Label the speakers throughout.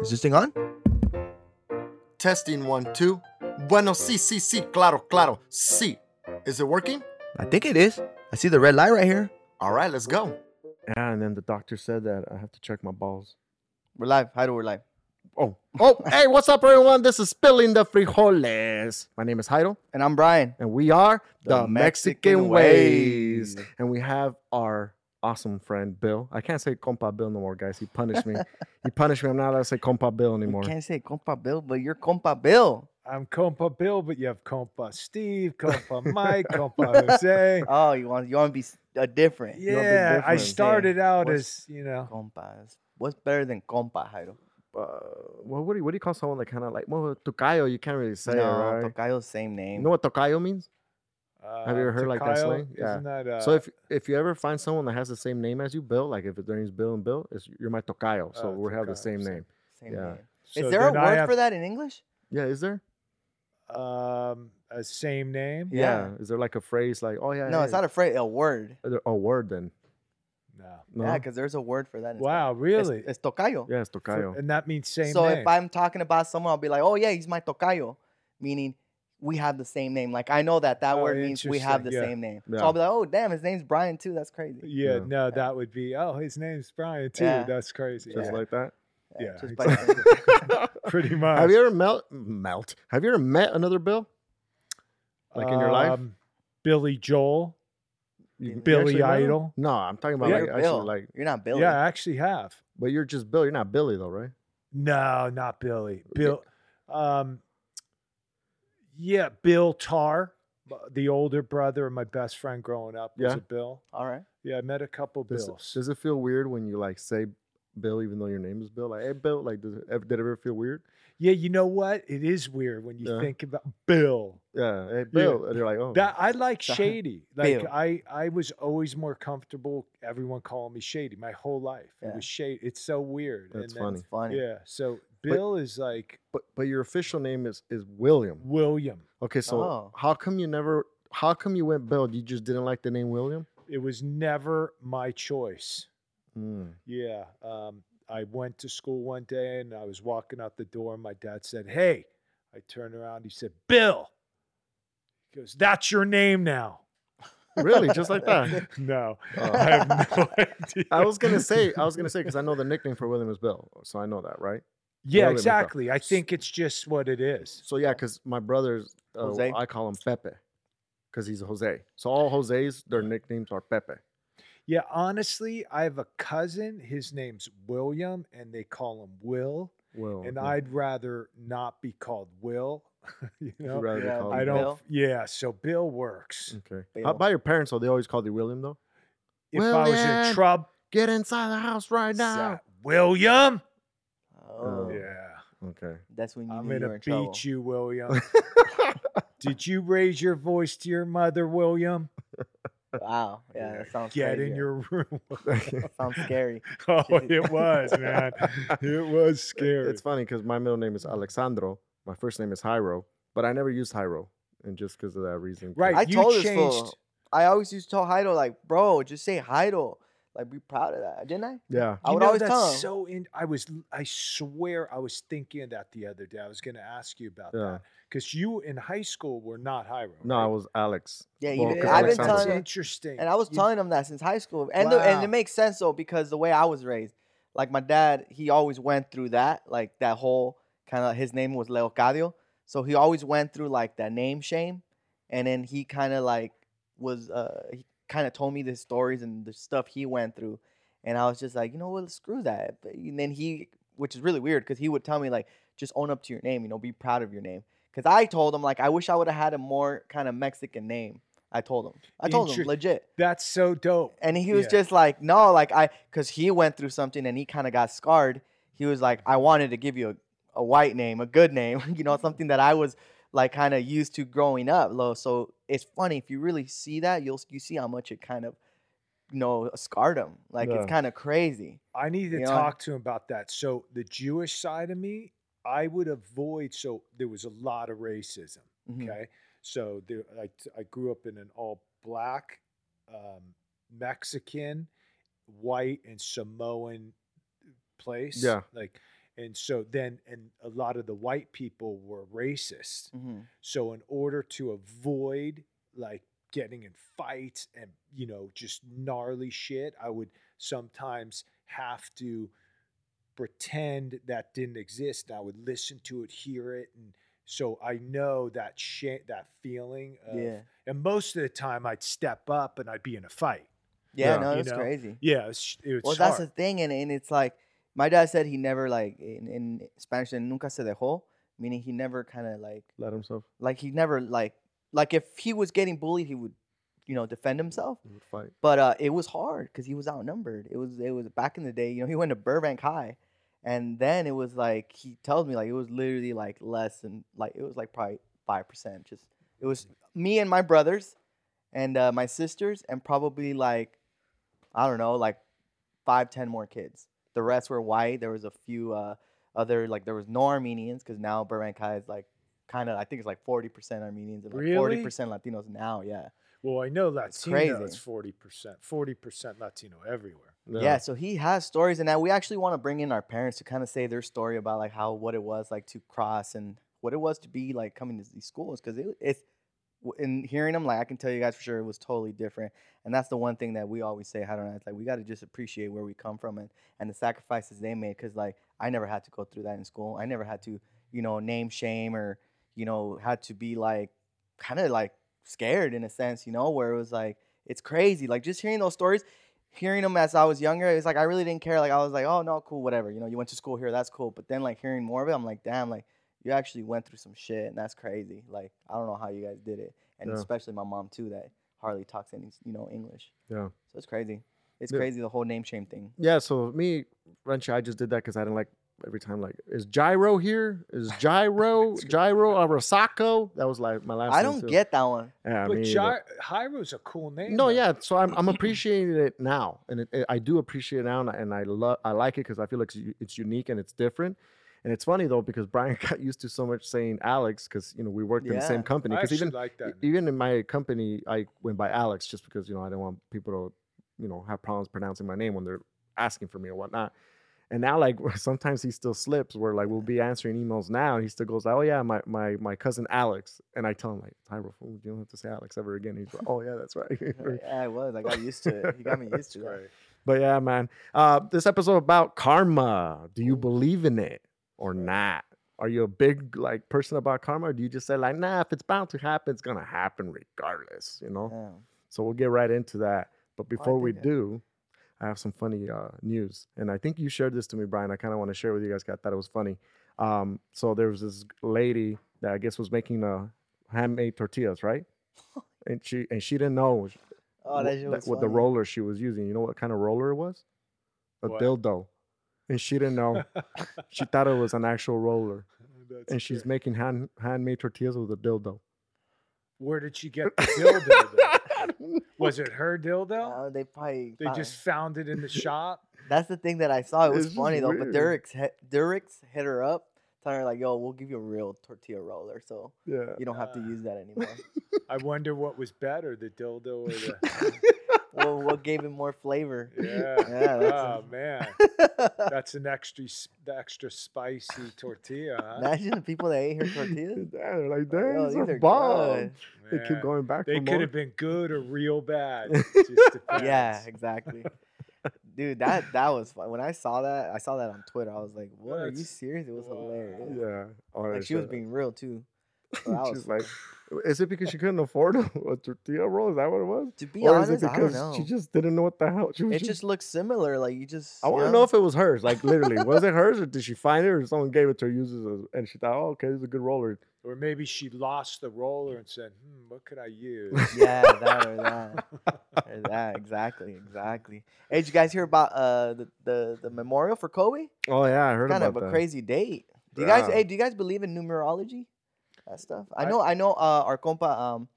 Speaker 1: Is this thing on?
Speaker 2: Testing one, two. Bueno, sí, sí, sí, claro, claro, sí. Is it working?
Speaker 1: I think it is. I see the red light right here.
Speaker 2: All right, let's go.
Speaker 3: Yeah, and then the doctor said that I have to check my balls.
Speaker 4: We're live. How do we're live?
Speaker 3: Oh, oh, hey, what's up, everyone? This is Spilling the Frijoles. My name is Jairo,
Speaker 4: And I'm Brian.
Speaker 3: and we are the,
Speaker 4: The
Speaker 3: Mexican,
Speaker 4: Mexican
Speaker 3: Ways.
Speaker 4: Way.
Speaker 3: And we have our awesome friend Bill. I can't say compa Bill no more, guys. He punished me. he punished me. I'm not allowed to say compa Bill
Speaker 4: You
Speaker 3: anymore.
Speaker 4: can't say compa Bill, but you're compa Bill.
Speaker 5: I'm compa Bill, but you have compa Steve, compa Mike, compa Jose.
Speaker 3: Uh,
Speaker 4: Oh, you want you want to be s- uh, different. You wanna be
Speaker 5: Yeah, I
Speaker 4: different.
Speaker 5: started out
Speaker 4: What's-
Speaker 5: as you know.
Speaker 4: compas. What's better than compa, Jairo?
Speaker 3: Uh, well, what do you, what do you call someone that kind of like well tocayo? You can't really say it,
Speaker 4: no,
Speaker 3: right?
Speaker 4: Tocayo's same name.
Speaker 3: You know what tocayo means?
Speaker 5: Uh,
Speaker 3: Have you ever heard like that
Speaker 5: Tocayo,
Speaker 3: slang? Yeah.
Speaker 5: Isn't that, uh,
Speaker 3: so if if you ever find someone that has the same name as you, Bill, like if their name's Bill and Bill, it's, you're my tocayo. So
Speaker 5: Oh,
Speaker 3: we have the
Speaker 5: tocayo,
Speaker 3: same
Speaker 5: same.
Speaker 3: name.
Speaker 4: same
Speaker 3: yeah.
Speaker 4: name.
Speaker 5: so
Speaker 4: Is there a
Speaker 5: then I
Speaker 4: word
Speaker 5: have,
Speaker 4: for that in English?
Speaker 3: Yeah, is there?
Speaker 5: Um, a same name?
Speaker 3: Yeah.
Speaker 4: Yeah.
Speaker 3: Is there like a phrase like, oh yeah?
Speaker 4: No, it's not a phrase. A word.
Speaker 3: a, a word then.
Speaker 5: No.
Speaker 3: No?
Speaker 4: Yeah, because there's a word for that. in Spanish.
Speaker 5: Wow, really?
Speaker 4: It's, it's tocayo.
Speaker 3: Yeah, it's
Speaker 5: For-
Speaker 3: tocayo.
Speaker 5: and that means same
Speaker 4: so
Speaker 5: name.
Speaker 4: if I'm talking about someone, I'll be like, "Oh yeah, he's my tocayo," meaning we have the same name. Like I know that that
Speaker 5: Oh,
Speaker 4: word means we have the
Speaker 5: interesting, yeah.
Speaker 4: same name.
Speaker 3: Yeah.
Speaker 4: So I'll be like, "Oh damn, his name's Brian too. That's crazy."
Speaker 5: yeah,
Speaker 3: Yeah.
Speaker 5: no, that would be. Oh, his name's Brian too.
Speaker 4: Yeah.
Speaker 5: That's crazy.
Speaker 3: Just
Speaker 5: yeah.
Speaker 3: like that.
Speaker 5: yeah,
Speaker 4: Eh, just by
Speaker 5: exactly.
Speaker 4: saying it.
Speaker 5: pretty much.
Speaker 3: Have you ever melt melt? Have you ever met another Bill? like in your life?
Speaker 5: Um, Billy Joel.
Speaker 3: You- you
Speaker 5: Billy
Speaker 3: actually met him?
Speaker 5: Idol?
Speaker 3: No, I'm talking
Speaker 4: But
Speaker 3: about like
Speaker 4: you're
Speaker 3: actually
Speaker 4: Bill.
Speaker 3: like,
Speaker 4: you're not Billy.
Speaker 5: Yeah, I actually have.
Speaker 3: but you're just Bill. You're not Billy though, right?
Speaker 5: No, not Billy. Bill. Um, yeah, Bill Tarr, m- the older brother of my best friend growing up, was
Speaker 3: Yeah.
Speaker 5: a Bill.
Speaker 4: All right.
Speaker 5: Yeah, I met a couple
Speaker 3: Does,
Speaker 5: Bills.
Speaker 3: does it feel weird when you like say Bill even though your name is Bill? Like, hey Bill, like does it, ever- did it ever feel weird?
Speaker 5: yeah, you know what? It is weird when you
Speaker 3: Yeah.
Speaker 5: think about Bill.
Speaker 3: Yeah, hey Bill. And you're like, oh
Speaker 5: That I like
Speaker 4: Sorry.
Speaker 5: shady. Like
Speaker 4: Bill.
Speaker 5: I, I was always more comfortable. Everyone calling me shady my whole life. It
Speaker 4: Yeah.
Speaker 5: was shady. It's so weird.
Speaker 3: that's
Speaker 5: then-
Speaker 3: funny.
Speaker 4: It's funny.
Speaker 5: Yeah. So Bill is like
Speaker 3: But but your official name is is William.
Speaker 5: William.
Speaker 3: Okay, so
Speaker 4: Oh.
Speaker 3: how come you never how come you went Bill? You just didn't like the name William?
Speaker 5: It was never my choice.
Speaker 3: Mm.
Speaker 5: Yeah. Um, I went to school one day and I was walking out the door and my dad said, Hey, I turned around. He said, Bill. He goes, That's your name now.
Speaker 3: Really? Just like that.
Speaker 5: No,
Speaker 3: Oh.
Speaker 5: I have no idea.
Speaker 3: I was gonna say, I was gonna say, because I know the nickname for William is Bill, so I know that, right?
Speaker 5: yeah,
Speaker 3: William is up.
Speaker 5: exactly. I think it's just what it is.
Speaker 3: So yeah, because my brother's, uh,
Speaker 4: Jose?
Speaker 3: I call him Pepe, because he's Jose. So all Jose's, their nicknames are Pepe.
Speaker 5: Yeah, honestly, I have a cousin. His name's William and they call him Will.
Speaker 3: Well,
Speaker 5: And I'd rather not be called Will. you know,
Speaker 3: rather
Speaker 4: Yeah,
Speaker 3: call
Speaker 5: I
Speaker 3: him
Speaker 5: don't.
Speaker 3: Bill. Mm.
Speaker 4: Bill?
Speaker 5: Yeah, so Bill works.
Speaker 3: Okay. How
Speaker 4: Bill.
Speaker 3: about your parents? though? they always called you William though.
Speaker 5: If I was in
Speaker 3: William.
Speaker 5: trouble,
Speaker 3: Get inside the house right now.
Speaker 5: William.
Speaker 4: Oh,
Speaker 5: Uh, Yeah.
Speaker 3: Okay.
Speaker 4: that's when you
Speaker 5: I'm
Speaker 4: knew you
Speaker 5: gonna
Speaker 4: were in
Speaker 5: beat
Speaker 4: trouble.
Speaker 5: you, William. Did you raise your voice to your mother, William?
Speaker 4: Wow. Yeah, that sounds
Speaker 5: Get
Speaker 4: crazy.
Speaker 5: in your room. William.
Speaker 4: sounds scary.
Speaker 5: oh, it was, man. It was scary.
Speaker 3: It's funny because my middle name is Alexandro. My first name is Jairo, but I never used Jairo, and just because of that reason. 'cause-
Speaker 5: right.
Speaker 4: I
Speaker 5: you
Speaker 4: told this fool-
Speaker 5: changed.
Speaker 4: I always used to tell Heido like, bro, just say Heido. Like, be proud of that, didn't I?
Speaker 3: Yeah.
Speaker 4: I
Speaker 5: You
Speaker 4: would
Speaker 5: know,
Speaker 4: always
Speaker 5: that's
Speaker 4: tell him.
Speaker 5: so in. I was. I swear, I was thinking of that the other day. I was going to ask you about
Speaker 3: Yeah.
Speaker 5: that because you in high school were not Hyro.
Speaker 3: No, I
Speaker 5: right?
Speaker 3: was Alex.
Speaker 4: yeah, you
Speaker 3: Well,
Speaker 4: did.
Speaker 3: 'cause
Speaker 4: I've been
Speaker 3: Alexander-
Speaker 4: telling
Speaker 5: That's
Speaker 4: him,
Speaker 5: interesting.
Speaker 4: and I was
Speaker 5: You-
Speaker 4: telling him that since high school, and the, and
Speaker 5: Wow.
Speaker 4: it makes sense though because the way I was raised, like my dad, he always went through that, like that whole kind of. His name was Leocadio, so he always went through like that name shame, and then he kind of like was uh he kind of told me the stories and the stuff he went through, and I was just like, you know what, screw that. But- And then he, which is really weird, because he would tell me like, just own up to your name, you know, be proud of your name. Because I told him like, I wish I would have had a more kind of Mexican name. I told him. I told him
Speaker 5: Intre-
Speaker 4: legit.
Speaker 5: That's so dope.
Speaker 4: And he was
Speaker 5: Yeah.
Speaker 4: just like, no, like I, because he went through something and he kind of got scarred. He was like, I wanted to give you a, a white name, a good name, you know, something that I was like kind of used to growing up. Low. So it's funny if you really see that, you'll you see how much it kind of, you know, scarred him. Like
Speaker 3: Yeah.
Speaker 4: it's kind of crazy.
Speaker 5: I need to
Speaker 4: You know?
Speaker 5: talk to him about that. So the Jewish side of me, I would avoid. So there was a lot of racism.
Speaker 4: Mhm.
Speaker 5: Okay, so there, I I grew up in an all black, um, Mexican, white, and Samoan place.
Speaker 3: Yeah.
Speaker 5: like. And so then, and a lot of the white people were racist.
Speaker 4: Mhm.
Speaker 5: So in order to avoid like getting in fights and you know just gnarly shit, I would sometimes have to pretend that didn't exist. And I would listen to it, hear it, and so I know that shit, that feeling. Of,
Speaker 4: Yeah.
Speaker 5: And most of the time, I'd step up and I'd be in a fight.
Speaker 4: Yeah.
Speaker 3: Yeah.
Speaker 4: no,
Speaker 5: You
Speaker 4: it's
Speaker 5: know?
Speaker 4: crazy.
Speaker 5: Yeah, it's it's
Speaker 4: well, that's the thing, and, and it's like my dad said he never like in, in Spanish nunca se dejó, meaning he never kind of like
Speaker 3: Let himself
Speaker 4: like he never like like if he was getting bullied, he would you know defend himself.
Speaker 3: he would fight.
Speaker 4: But uh, it was hard because he was outnumbered. It was it was back in the day. You know, he went to Burbank High, and then it was like he tells me like it was literally like less than like it was like probably five percent. Just it was me and my brothers, and uh, my sisters, and probably like I don't know like five ten more kids. The rest were white. There was a few uh, other like there was no Armenians because now Burbank High is like kind of I think it's like forty percent Armenians and like forty
Speaker 5: Really?
Speaker 4: percent Latinos now. Yeah.
Speaker 5: well, I know
Speaker 4: It's
Speaker 5: Latino is
Speaker 4: crazy.
Speaker 5: forty percent, forty percent Latino everywhere.
Speaker 4: Yeah, so he has stories, and now we actually want to bring in our parents to kind of say their story about like how what it was like to cross and what it was to be like coming to these schools because it, it's w- in hearing them like I can tell you guys for sure it was totally different, and that's the one thing that we always say, how do like we got to just appreciate where we come from and and the sacrifices they made because like I never had to go through that in school, I never had to you know name shame or you know had to be like kind of like scared in a sense, you know, where it was like it's crazy. Like just hearing those stories, hearing them as I was younger, it's like I really didn't care. Like I was like, oh no, cool, whatever. You know, you went to school here, that's cool. But then like hearing more of it, I'm like, damn, like you actually went through some shit, and that's crazy. Like I don't know how you guys did it, and
Speaker 3: Yeah. especially
Speaker 4: especially my mom too, that hardly talks any you know English.
Speaker 3: Yeah.
Speaker 4: So it's crazy. It's
Speaker 3: Yeah.
Speaker 4: crazy the whole name shame thing.
Speaker 3: Yeah, so me, Renchi, I just did that because I didn't like every time like is gyro here? Is gyro gyro Arasako? That was like my last.
Speaker 4: I
Speaker 3: name,
Speaker 4: don't
Speaker 3: too.
Speaker 4: get that one.
Speaker 3: Yeah,
Speaker 5: but
Speaker 3: me either.
Speaker 5: Jai- Hiro's a cool name.
Speaker 3: No,
Speaker 5: though.
Speaker 3: yeah. So I'm I'm appreciating it now, and it, it- I do appreciate it now, and I, and I love I like it because I feel like it's, u- it's unique and it's different. And it's funny though because Brian got used to so much saying Alex because you know we worked in the same
Speaker 4: Yeah.
Speaker 3: company.
Speaker 5: I
Speaker 3: Because
Speaker 5: actually
Speaker 3: even
Speaker 5: like
Speaker 3: e-
Speaker 5: that. name.
Speaker 3: even in my company, I went by Alex just because you know I didn't want people to you know have problems pronouncing my name when they're asking for me or whatnot. And now, like sometimes he still slips. Where like we'll be answering emails now, and he still goes, "Oh yeah, my my my cousin Alex." And I tell him like, "Tyro, fool, you don't have to say Alex ever again." he's like, "Oh yeah, that's right." Or-
Speaker 4: Yeah, I was. I got used to it. You got me used to
Speaker 5: Right.
Speaker 4: it.
Speaker 3: but yeah, man. Uh, this episode about karma. Do you believe in it or not? Are you a big like person about karma, or do you just say like, nah, if it's bound to happen, it's gonna happen regardless, you know? So we'll get right into that. But before we
Speaker 4: think Oh, I-
Speaker 3: do, I have some funny uh, news, and I think you shared this to me, Brian. I kind of want to share with you guys. 'cause I thought it was funny. Um, so there was this lady that I guess was making uh, handmade tortillas, right? and she and she didn't know
Speaker 4: Oh, that shit
Speaker 3: what
Speaker 4: was
Speaker 3: what the
Speaker 4: funny.
Speaker 3: roller she was using. You know what kind of roller it was? A
Speaker 5: What?
Speaker 3: dildo. And she didn't know. she thought it was an actual roller.
Speaker 5: That's
Speaker 3: and she's
Speaker 5: great.
Speaker 3: making hand handmade tortillas with a dildo.
Speaker 5: Where did she get the dildo? though? Was it her dildo?
Speaker 4: Uh, they probably
Speaker 5: They
Speaker 4: found-
Speaker 5: just found it in the shop.
Speaker 4: That's the thing that I saw. It was
Speaker 3: It's just
Speaker 4: funny though. But
Speaker 3: weird.
Speaker 4: Derek's hit, Derek's hit her up, telling her like, "Yo, we'll give you a real tortilla roller, so
Speaker 3: yeah.
Speaker 4: you don't have to
Speaker 5: Uh.
Speaker 4: use that anymore."
Speaker 5: I wonder what was better, the dildo or the.
Speaker 4: well, what gave it more flavor?
Speaker 5: Yeah.
Speaker 4: Yeah, that's
Speaker 5: oh, man.
Speaker 4: Imagine
Speaker 5: That's an extra, s- the extra spicy tortilla, huh?
Speaker 4: the people that ate her tortillas.
Speaker 3: Yeah, they're like,
Speaker 4: Like,
Speaker 3: dang,
Speaker 4: yo,
Speaker 3: these
Speaker 4: these
Speaker 3: are
Speaker 4: are
Speaker 3: bomb.
Speaker 4: good.
Speaker 3: They
Speaker 5: Man,
Speaker 3: keep going back.
Speaker 5: They
Speaker 3: for
Speaker 5: could
Speaker 3: more.
Speaker 5: have been good or real bad. It just
Speaker 4: Yeah,
Speaker 5: depends.
Speaker 4: exactly. Dude, that that was fun. When I saw that, I saw that on Twitter. I was like, "What? Are you
Speaker 5: That's-
Speaker 4: serious?" It was
Speaker 5: wow.
Speaker 4: hilarious.
Speaker 3: Yeah. Oh,
Speaker 4: Like
Speaker 3: that
Speaker 4: she was
Speaker 3: shit.
Speaker 4: being real too. So that was-
Speaker 3: She's like, is it because she couldn't afford a, a tortilla roll? Is that what it was?
Speaker 4: to be
Speaker 3: Or
Speaker 4: honest,
Speaker 3: is it
Speaker 4: I don't
Speaker 3: because
Speaker 4: know.
Speaker 3: she just didn't know what the hell she was
Speaker 4: it just looks similar. Like you just.
Speaker 3: I
Speaker 4: you
Speaker 3: want to know if it was hers. Like literally, was it hers or did she find it or someone gave it to her uses it and she thought, oh, okay, this is a good roller.
Speaker 5: Or maybe she lost the roller and said, hmm, what could I use?
Speaker 4: Yeah, that or that. or that. Exactly, exactly. Hey, did you guys hear about uh the, the, the memorial for Kobe?
Speaker 3: Oh yeah, I heard
Speaker 4: kind of
Speaker 3: about
Speaker 4: a
Speaker 3: that.
Speaker 4: crazy date. Do you guys?
Speaker 3: Yeah.
Speaker 4: Hey, do you guys believe in numerology? That stuff. I
Speaker 5: I-
Speaker 4: know. I, know. Uh, our compa um,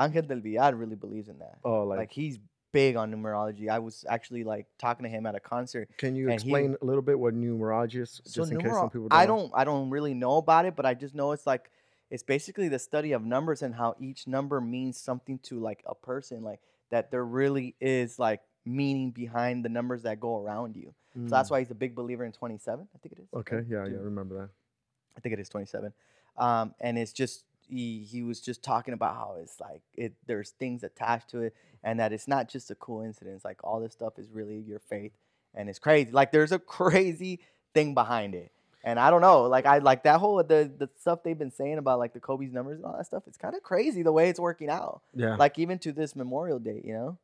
Speaker 4: Angel del Villar really believes in that.
Speaker 3: Oh, like,
Speaker 4: like, he's big on numerology. I was actually like talking to him at a concert.
Speaker 3: can you
Speaker 4: and he-
Speaker 3: explain a little bit what numerology is,
Speaker 4: So
Speaker 3: just in case some
Speaker 4: numero-
Speaker 3: people don't?
Speaker 4: I
Speaker 3: know?
Speaker 4: don't. I don't really know about it, but I just know it's like it's basically the study of numbers and how each number means something to like a person. Like that there really is like meaning behind the numbers that go around you. So that's
Speaker 3: Mm.
Speaker 4: why he's a big believer in twenty seven. I think it is.
Speaker 3: Okay, yeah, yeah,
Speaker 4: Do-
Speaker 3: I remember that.
Speaker 4: I think it is 27. Um, and it's just he, he was just talking about how it's like it there's things attached to it and that it's not just a coincidence. Like all this stuff is really your faith and it's crazy. Like there's a crazy thing behind it. And I don't know, like I like that whole the the stuff they've been saying about like the Kobe's numbers and all that stuff. It's kind of crazy the way it's working out.
Speaker 3: Yeah,
Speaker 4: Like even to this Memorial Day, you know.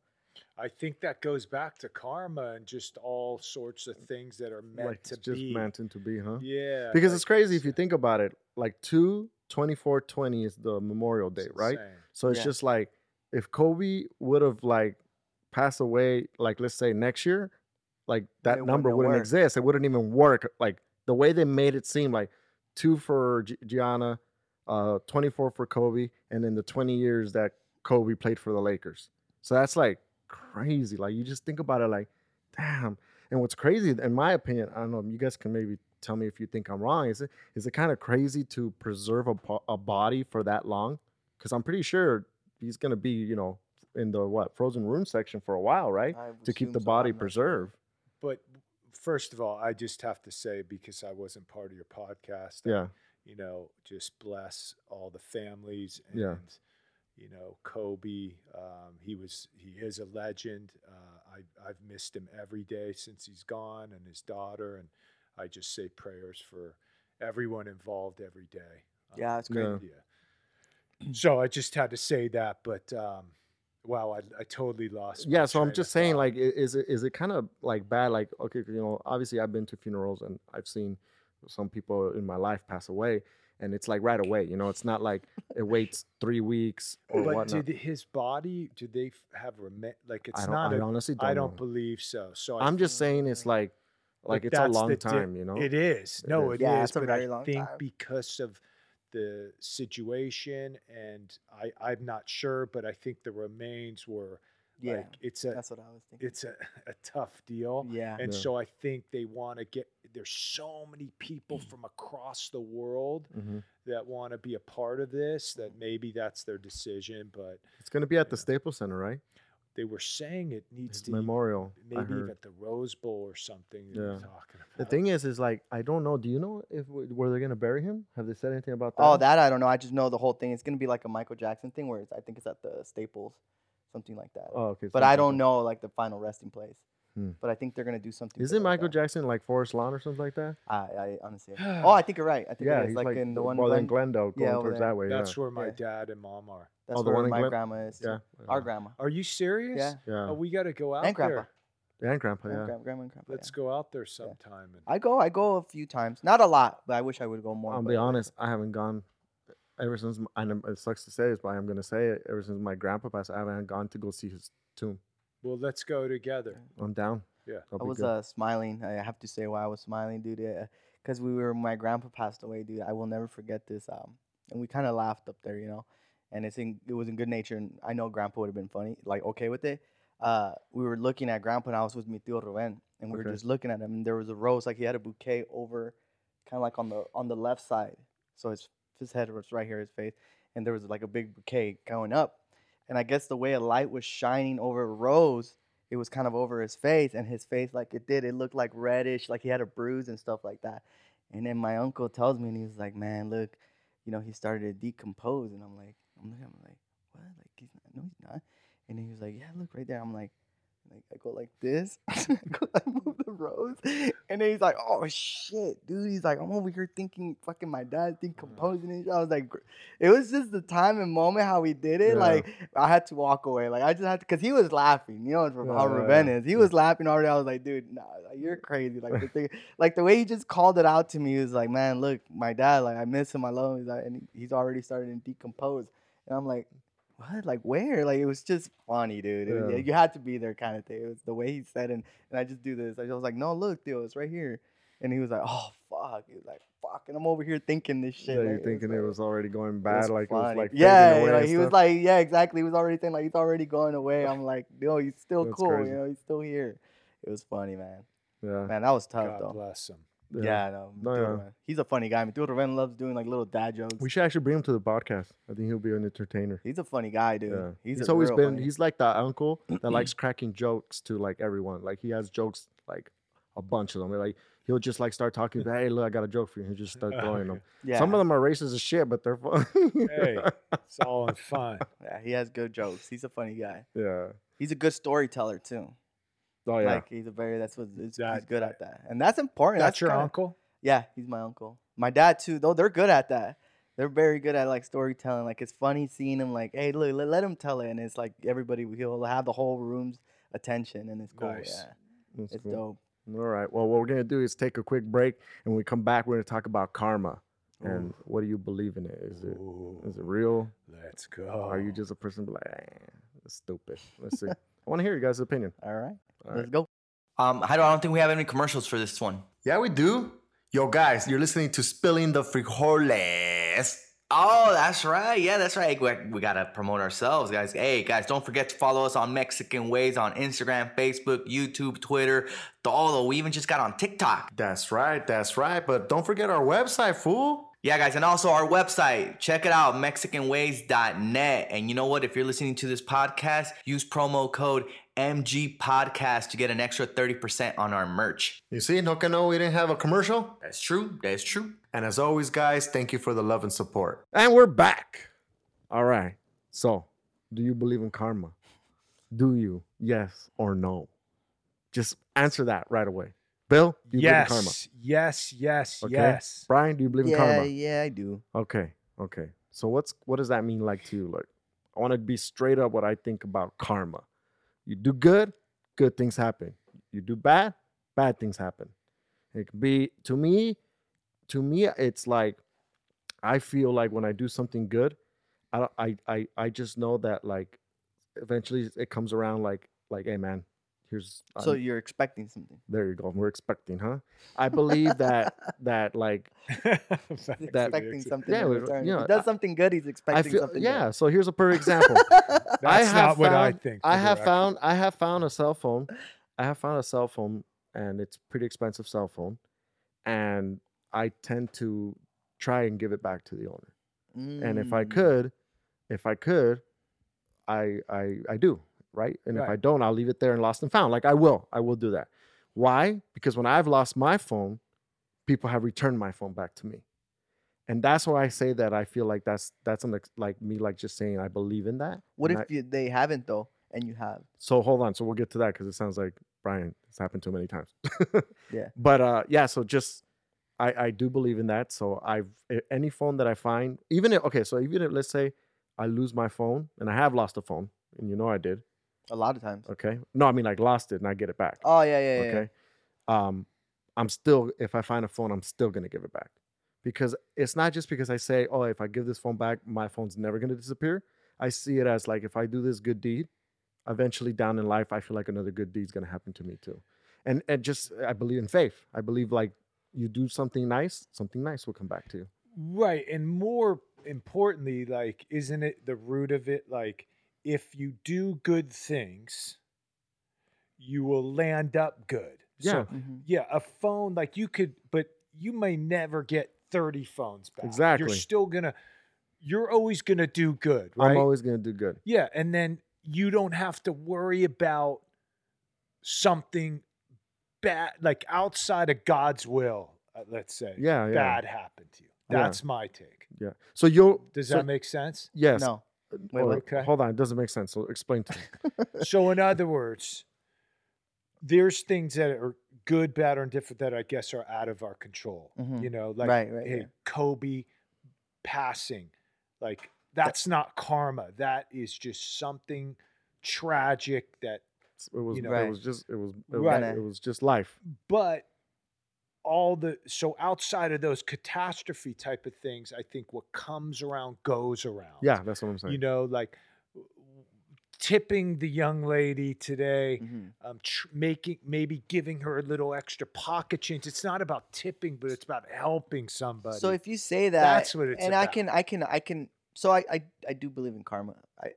Speaker 5: I think that goes back to karma and just all sorts of things that are meant
Speaker 3: like
Speaker 5: to
Speaker 3: it's just
Speaker 5: be.
Speaker 3: meant to be, huh?
Speaker 5: Yeah.
Speaker 3: because
Speaker 5: like
Speaker 3: it's crazy if you
Speaker 5: it's
Speaker 3: think about it. Like two twenty four twenty is the Memorial Day, right?
Speaker 5: insane.
Speaker 3: So it's
Speaker 4: Yeah.
Speaker 3: just like if Kobe would have like passed away, like let's say next year, like that
Speaker 4: It wouldn't
Speaker 3: number
Speaker 4: have
Speaker 3: wouldn't
Speaker 4: worked.
Speaker 3: exist. It wouldn't even work. Like the way they made it seem like two for G- Gianna, uh, twenty four for Kobe, and then the twenty years that Kobe played for the Lakers. So that's like crazy. Like you just think about it, like damn. And what's crazy, in my opinion, I don't know. You guys can maybe tell me if you think I'm wrong. Is it is it kind of crazy to preserve a, bo- a body for that long? Because I'm pretty sure he's gonna be, you know, in the what frozen room section for a while, right?
Speaker 4: I
Speaker 3: To keep
Speaker 4: assume
Speaker 3: the
Speaker 4: so,
Speaker 3: body
Speaker 4: I'm not sure.
Speaker 3: preserved.
Speaker 5: But first of all, I just have to say, because I wasn't part of your podcast, I,
Speaker 3: Yeah,
Speaker 5: you know, just bless all the families and,
Speaker 3: Yeah.
Speaker 5: you know, Kobe. Um, he was, he is a legend. Uh, I, I've missed him every day since he's gone and his daughter. And I just say prayers for everyone involved every day. Um,
Speaker 4: Yeah, it's
Speaker 3: crazy.
Speaker 5: Yeah. So I just had to say that, but um, wow, I, I totally lost. my
Speaker 3: yeah. So I'm
Speaker 5: train
Speaker 3: just
Speaker 5: of
Speaker 3: saying,
Speaker 5: thought.
Speaker 3: like, i- is it is it kind of like bad? Like, okay, you know, obviously I've been to funerals and I've seen some people in my life pass away, and it's like right away. You know, it's not like it waits three weeks or
Speaker 5: but
Speaker 3: whatnot.
Speaker 5: did his body? Did they f- have remi- like
Speaker 3: I
Speaker 5: it's
Speaker 3: don't.
Speaker 5: not?
Speaker 3: I
Speaker 5: a-
Speaker 3: honestly don't.
Speaker 5: I
Speaker 3: know.
Speaker 5: don't believe so. So I
Speaker 3: I'm just saying it's like
Speaker 5: But
Speaker 3: like it's a
Speaker 5: that's
Speaker 3: long
Speaker 5: the di-
Speaker 3: time, you know.
Speaker 5: It is.
Speaker 3: It
Speaker 5: no,
Speaker 3: is.
Speaker 5: it is.
Speaker 4: Yeah, it's a
Speaker 5: but
Speaker 4: very
Speaker 5: I
Speaker 4: long
Speaker 5: think
Speaker 4: time.
Speaker 5: because of the situation, and I, I'm not sure, but I think the remains were
Speaker 4: Yeah,
Speaker 5: like it's a
Speaker 4: that's what I was thinking.
Speaker 5: it's a, a tough deal.
Speaker 4: yeah,
Speaker 5: And
Speaker 3: Yeah.
Speaker 5: so I think they want to get there's so many people
Speaker 4: Mm.
Speaker 5: from across the world
Speaker 3: Mhm.
Speaker 5: that want to be a part of this that maybe that's their decision, but
Speaker 3: It's gonna be at the
Speaker 5: Yeah.
Speaker 3: Staples Center, right?
Speaker 5: they were saying it needs
Speaker 3: It's
Speaker 5: to
Speaker 3: Memorial. I
Speaker 5: maybe
Speaker 3: heard.
Speaker 5: even at the Rose Bowl or something. They
Speaker 3: Yeah.
Speaker 5: were talking about.
Speaker 3: the thing is, is like I don't know. Do you know if w- where they're gonna bury him? Have they said anything about that?
Speaker 4: Oh, that I don't know. I just know the whole thing. It's gonna be like a Michael Jackson thing where it's, I think it's at the Staples, something like that.
Speaker 3: Oh, okay.
Speaker 4: but
Speaker 3: some
Speaker 4: I don't
Speaker 3: people-
Speaker 4: know like the final resting place.
Speaker 3: Hmm.
Speaker 4: But I think they're gonna do something.
Speaker 3: Isn't
Speaker 4: it
Speaker 3: Michael Jackson like Forest Lawn or something like that?
Speaker 4: I, I honestly. oh, I think you're right. I think
Speaker 3: yeah,
Speaker 4: it is
Speaker 3: he's
Speaker 4: like, in the one.
Speaker 3: well,
Speaker 4: Glen-
Speaker 3: in Glendale,
Speaker 4: yeah,
Speaker 3: going
Speaker 4: over
Speaker 3: towards
Speaker 4: there.
Speaker 3: that way.
Speaker 5: That's where my
Speaker 4: Yeah.
Speaker 5: dad and mom are.
Speaker 4: that's
Speaker 3: oh, the
Speaker 4: where
Speaker 3: one in
Speaker 4: my
Speaker 3: Glen-
Speaker 4: grandma is.
Speaker 3: yeah, Oh,
Speaker 4: too. our
Speaker 3: yeah.
Speaker 4: grandma.
Speaker 5: Are you serious?
Speaker 4: Yeah.
Speaker 3: Yeah,
Speaker 5: Oh, we got to go out
Speaker 4: And grandpa.
Speaker 5: there.
Speaker 3: and Grandpa.
Speaker 4: Our
Speaker 3: Oh, Yeah,
Speaker 4: gran- grandma and grandpa.
Speaker 5: Let's
Speaker 4: yeah.
Speaker 5: go out there sometime. And
Speaker 4: I go. I go a few times. Not a lot, but I wish I would go more.
Speaker 3: I'll
Speaker 4: but
Speaker 3: be
Speaker 4: I like
Speaker 3: honest. I haven't gone ever since. m- And it sucks to say this, but I'm gonna say it. Ever since my grandpa passed, I haven't gone to go see his tomb.
Speaker 5: well, let's go together.
Speaker 3: I'm down.
Speaker 5: Yeah.
Speaker 3: That'll
Speaker 4: I
Speaker 3: be
Speaker 4: was
Speaker 3: good.
Speaker 4: uh, smiling. I have to say why I was smiling, dude. Because we were, my grandpa passed away, dude. I will never forget this. Um, and we kind of laughed up there, you know. And it's in, it was in good nature, and I know grandpa would have been funny, like okay with it. Uh, we were looking at grandpa, and I was with mi tío Rubén, and we
Speaker 3: Okay.
Speaker 4: were just looking at him. And there was a rose, like he had a bouquet over, kind of like on the on the left side. So his his head was right here, his face, and there was like a big bouquet going up. And I guess the way a light was shining over a rose, it was kind of over his face and his face like it did it looked like reddish like he had a bruise and stuff like that and then my uncle tells me and he was like man look you know he started to decompose and i'm like i'm looking i'm like what like he's not, no he's not and he was like yeah look right there i'm like Like I go like this, I go- I move the rose, and then he's like, "Oh shit, dude!" He's like, "I'm over here thinking, fucking my dad, think composing." And shit. I was like, gr- "It was just the time and moment how he did it."
Speaker 3: Yeah.
Speaker 4: Like I had to walk away. Like I just had to, cause he was laughing. You know from
Speaker 3: Yeah,
Speaker 4: how
Speaker 3: yeah,
Speaker 4: Ruben
Speaker 3: yeah.
Speaker 4: is. He was laughing already. I was like, "Dude, nah, like, you're crazy." Like the thing, like the way he just called it out to me he was like, "Man, look, my dad. Like I miss him. I love him." He's like, and he's already starting to decompose. And I'm like, what? Like where? Like it was just funny, dude. It was-
Speaker 3: Yeah.
Speaker 4: you had to be there kind of thing. It was the way he said and and I just do this. I was like, no, look, dude, it's right here. And he was like, oh fuck. He was like, fuck. And I'm over here thinking this shit.
Speaker 3: Yeah,
Speaker 4: like,
Speaker 3: you're thinking it
Speaker 4: like-
Speaker 3: was already going
Speaker 4: it
Speaker 3: bad,
Speaker 4: was
Speaker 3: like it was
Speaker 4: funny.
Speaker 3: like fading
Speaker 4: yeah,
Speaker 3: away
Speaker 4: like
Speaker 3: and
Speaker 4: he was
Speaker 3: stuff?
Speaker 4: like, yeah, exactly. He was already saying like he's already going away. I'm like, no, he's still
Speaker 3: That's
Speaker 4: cool.
Speaker 3: crazy.
Speaker 4: You know, he's still here. It was funny, man.
Speaker 3: yeah,
Speaker 4: Man, that was tough
Speaker 5: God
Speaker 4: though.
Speaker 5: bless him.
Speaker 4: Yeah, no,
Speaker 3: No,
Speaker 4: Methuen
Speaker 3: yeah.
Speaker 4: Ren. he's a funny guy. Methuen Ren loves doing like little dad jokes.
Speaker 3: We should actually bring him to the podcast. I think he'll be an entertainer.
Speaker 4: he's a funny guy, dude.
Speaker 3: Yeah.
Speaker 4: He's,
Speaker 3: He's,
Speaker 4: a
Speaker 3: always
Speaker 4: real
Speaker 3: been
Speaker 4: funny-
Speaker 3: he's like that uncle that likes cracking jokes to like everyone. Like he has jokes like a bunch of them. Like he'll just like start talking. Hey, look, I got a joke for you. He'll just start
Speaker 5: Oh,
Speaker 3: throwing them.
Speaker 5: okay.
Speaker 4: yeah.
Speaker 3: Some of them are racist as shit, but they're fun.
Speaker 5: Hey, it's all in fun.
Speaker 4: Yeah, he has good jokes. He's a funny guy.
Speaker 3: yeah.
Speaker 4: He's a good storyteller too.
Speaker 3: Oh yeah.
Speaker 4: Like he's a very that's what it's, he's
Speaker 5: That-
Speaker 4: good at that, and that's important.
Speaker 5: That's your
Speaker 4: kinda-
Speaker 5: uncle?
Speaker 4: Yeah, he's my uncle. My dad too. Though they're good at that. They're very good at like storytelling. Like it's funny seeing him. Like, hey, look, let, let him tell it, and it's like everybody he'll have the whole room's attention, and it's cool.
Speaker 5: Nice.
Speaker 4: Yeah,
Speaker 3: That's
Speaker 4: it's
Speaker 3: cool.
Speaker 4: dope.
Speaker 3: All right. Well, what we're gonna do is take a quick break, and when we come back, we're gonna talk about karma and what do you believe in it? Is it
Speaker 5: Ooh,
Speaker 3: is it real?
Speaker 5: let's go.
Speaker 3: Are
Speaker 4: Oh.
Speaker 3: you just a person be like, eh, that's stupid? Let's see. I want to hear your guys' opinion.
Speaker 4: All right,
Speaker 3: All
Speaker 4: let's
Speaker 3: right.
Speaker 4: go.
Speaker 6: Um, I don't, I don't think we have any commercials for this one.
Speaker 2: Yeah, we do.
Speaker 6: Yo, guys, you're listening to Spilling the Frijoles. Oh, that's right. Yeah, that's right. We, we got to promote ourselves, guys. Hey, guys, don't forget to follow us on Mexican Ways on Instagram, Facebook, YouTube, Twitter, the- all the We even just got on TikTok.
Speaker 2: That's right. That's right. But don't forget our website, fool.
Speaker 6: Yeah, guys, and also our website. Check it out, MexicanWays.net. And you know what? If you're listening to this podcast, use promo code MG Podcast to get an extra 30% on our merch.
Speaker 2: You see, no cano, we didn't have a commercial.
Speaker 6: That's true. That's true.
Speaker 2: And as always, guys, thank you for the love and support.
Speaker 3: And we're back. All right. So, do you believe in karma? Do you? Yes or no? Just answer that right away. Bill, do you
Speaker 5: yes,
Speaker 3: believe in karma?
Speaker 5: yes, yes,
Speaker 3: Okay.
Speaker 5: yes.
Speaker 3: Brian, do you believe in
Speaker 4: yeah,
Speaker 3: karma?
Speaker 4: yeah, I do.
Speaker 3: Okay. Okay. So what's what does that mean like to you? Like I want to be straight up what I think about karma. You do good, good things happen. You do bad, bad things happen. It could be to me, to me, it's like I feel like when I do something good, I don't- I I I just know that like eventually it comes around like like hey man, here's
Speaker 4: So
Speaker 3: I'm-
Speaker 4: you're expecting something.
Speaker 3: there you go. We're expecting, huh? I believe that that like
Speaker 4: He's
Speaker 3: That-
Speaker 4: expecting something.
Speaker 3: Yeah,
Speaker 4: in
Speaker 3: we-
Speaker 4: return.
Speaker 3: you
Speaker 4: If
Speaker 3: know,
Speaker 4: he does
Speaker 3: I-
Speaker 4: something good. He's
Speaker 3: I
Speaker 4: expecting
Speaker 3: feel
Speaker 4: something.
Speaker 3: yeah.
Speaker 4: back.
Speaker 3: So here's a perfect example.
Speaker 5: That's
Speaker 3: have
Speaker 5: not what I
Speaker 3: found-
Speaker 5: think.
Speaker 3: I
Speaker 5: for the
Speaker 3: have
Speaker 5: record.
Speaker 3: found I have found a cell phone. I have found a cell phone and it's pretty expensive cell phone and I tend to try and give it back to the owner. And if I
Speaker 4: Mm.
Speaker 3: could, if I could, I I I do, right? And if I
Speaker 5: Right.
Speaker 3: don't, I'll leave it there and lost and found. Like I will. I will do that. Why? Because when I've lost my phone, people have returned my phone back to me. And that's why I say that I feel like that's that's an ex- like me like just saying I believe in that.
Speaker 4: What
Speaker 3: and I-
Speaker 4: if you, they haven't though, and you have?
Speaker 3: so hold on. So we'll get to that because it sounds like Brian. It's happened too many times.
Speaker 4: Yeah.
Speaker 3: But uh, yeah. So just I I do believe in that. So I've a- any phone that I find, even if okay, so even if let's say I lose my phone and I have lost a phone, and you know I did.
Speaker 4: A lot of times.
Speaker 3: Okay. No, I mean like lost it and I get it back.
Speaker 4: Oh yeah, yeah, yeah.
Speaker 3: okay. Um, I'm still if I find a phone, I'm still gonna give it back because it's not just because I say, oh, if I give this phone back, my phone's never gonna disappear. I see it as like if I do this good deed, eventually down in life, I feel like another good deed's gonna happen to me too. And and just I believe in faith. I believe like you do something nice, something nice will come back to you.
Speaker 5: Right. And more importantly, like, isn't it the root of it? Like, if you do good things, you will land up good.
Speaker 3: Yeah.
Speaker 5: So,
Speaker 4: Mm-hmm.
Speaker 5: yeah, a phone, like, you could, but you may never get 30 phones back.
Speaker 3: Exactly.
Speaker 5: You're still going to, you're always going to do good, right?
Speaker 3: I'm always gonna do good.
Speaker 5: Yeah, and then you don't have to worry about something bad, like outside of God's will. uh, Let's say,
Speaker 3: Yeah, yeah.
Speaker 5: bad happened to you.
Speaker 3: Yeah.
Speaker 5: That's my take.
Speaker 3: Yeah. So you'll
Speaker 5: Does
Speaker 3: so-
Speaker 5: that make sense?
Speaker 3: yes.
Speaker 4: No.
Speaker 3: uh,
Speaker 4: Wait,
Speaker 3: oh,
Speaker 4: what?
Speaker 5: Okay.
Speaker 3: Hold on, it doesn't make sense. So explain to me.
Speaker 5: So, in other words, there's things that are good, bad, or different that I guess are out of our control.
Speaker 3: Mm-hmm.
Speaker 4: Mhm.
Speaker 5: You know, like
Speaker 4: Right, right,
Speaker 5: hey,
Speaker 4: yeah.
Speaker 5: Kobe passing, like that's not karma. That is just something tragic that
Speaker 3: It was
Speaker 5: You know,
Speaker 4: Right.
Speaker 3: it was just it was it,
Speaker 5: Right.
Speaker 3: was, it was just life.
Speaker 5: but all the so outside of those catastrophe type of things i think what comes around goes around
Speaker 3: Yeah, that's what I'm saying.
Speaker 5: you know like tipping the young lady today
Speaker 4: Mhm.
Speaker 5: um, tr- making maybe giving her a little extra pocket change it's not about tipping but it's about helping somebody
Speaker 4: So if you say that,
Speaker 5: that's what it's
Speaker 4: and I
Speaker 5: about.
Speaker 4: can, I can, I can. So I, I, I do believe in karma. I,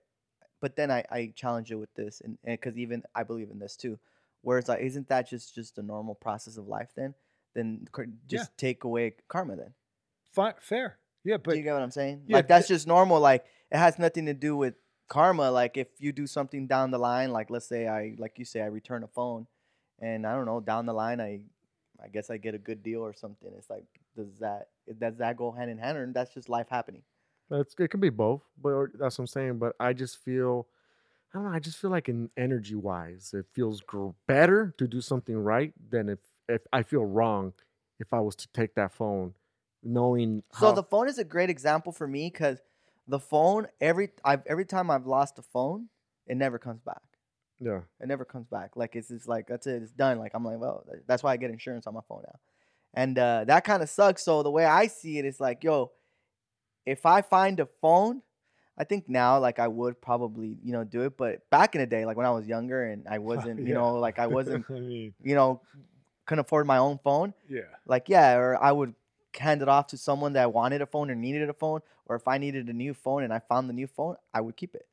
Speaker 4: but then I, I challenge it with this, and because even I believe in this too, where it's like, isn't that just just the normal process of life? Then, then cor- just take away karma. Then,
Speaker 5: Fi- fair yeah but
Speaker 4: do you get what I'm saying?
Speaker 5: yeah,
Speaker 4: like that's just normal. Like it has nothing to do with karma. Like if you do something down the line, like let's say I, like you say, I return a phone, and I don't know, down the line, I, I guess I get a good deal or something. It's like, does that does that go hand in hand, or that's just life happening?
Speaker 3: It's, it can be both, but or, that's what I'm saying. But I just feel, I don't know. I just feel like in energy wise, it feels gr- better to do something right than if if I feel wrong if I was to take that phone, knowing
Speaker 4: So
Speaker 3: how-
Speaker 4: the phone is a great example for me because the phone every I've every time I've lost a phone, it never comes back.
Speaker 3: yeah
Speaker 4: It never comes back. Like it's just like that's it. It's done. Like I'm like, well, th- that's why I get insurance on my phone now, and uh, that kind of sucks. So the way I see it is like, yo, if I find a phone, I think now like I would probably you know do it. But back in the day, like when I was younger and I wasn't, you
Speaker 5: Yeah.
Speaker 4: know, like I wasn't,
Speaker 5: i mean
Speaker 4: you know, couldn't afford my own phone
Speaker 5: yeah
Speaker 4: like yeah or i would hand it off to someone that wanted a phone or needed a phone or if i needed a new phone and i found the new phone i would keep it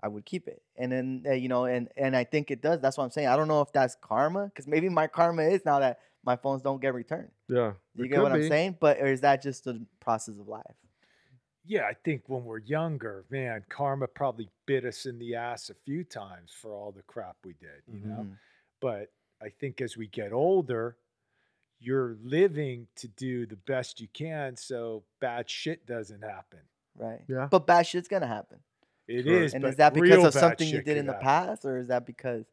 Speaker 4: i would keep it and then uh, you know and and i think it does that's what i'm saying i don't know if that's karma because maybe my karma is now that my phones don't get returned
Speaker 3: yeah.
Speaker 4: you
Speaker 3: it
Speaker 4: get
Speaker 3: could
Speaker 4: what i'm
Speaker 3: be.
Speaker 4: saying but or is that just the process of life
Speaker 5: yeah i think when we're younger man karma probably bit us in the ass a few times for all the crap we did you know
Speaker 4: Mhm.
Speaker 5: but I think as we get older, you're living to do the best you can so bad shit doesn't happen.
Speaker 4: right
Speaker 3: Yeah.
Speaker 4: but bad shit's gonna happen
Speaker 5: It is,
Speaker 3: Correct.
Speaker 4: and
Speaker 5: but
Speaker 4: is that because
Speaker 5: real
Speaker 4: of
Speaker 5: bad
Speaker 4: something you
Speaker 5: shit
Speaker 4: did
Speaker 5: could
Speaker 4: in the
Speaker 5: happen.
Speaker 4: past or is that because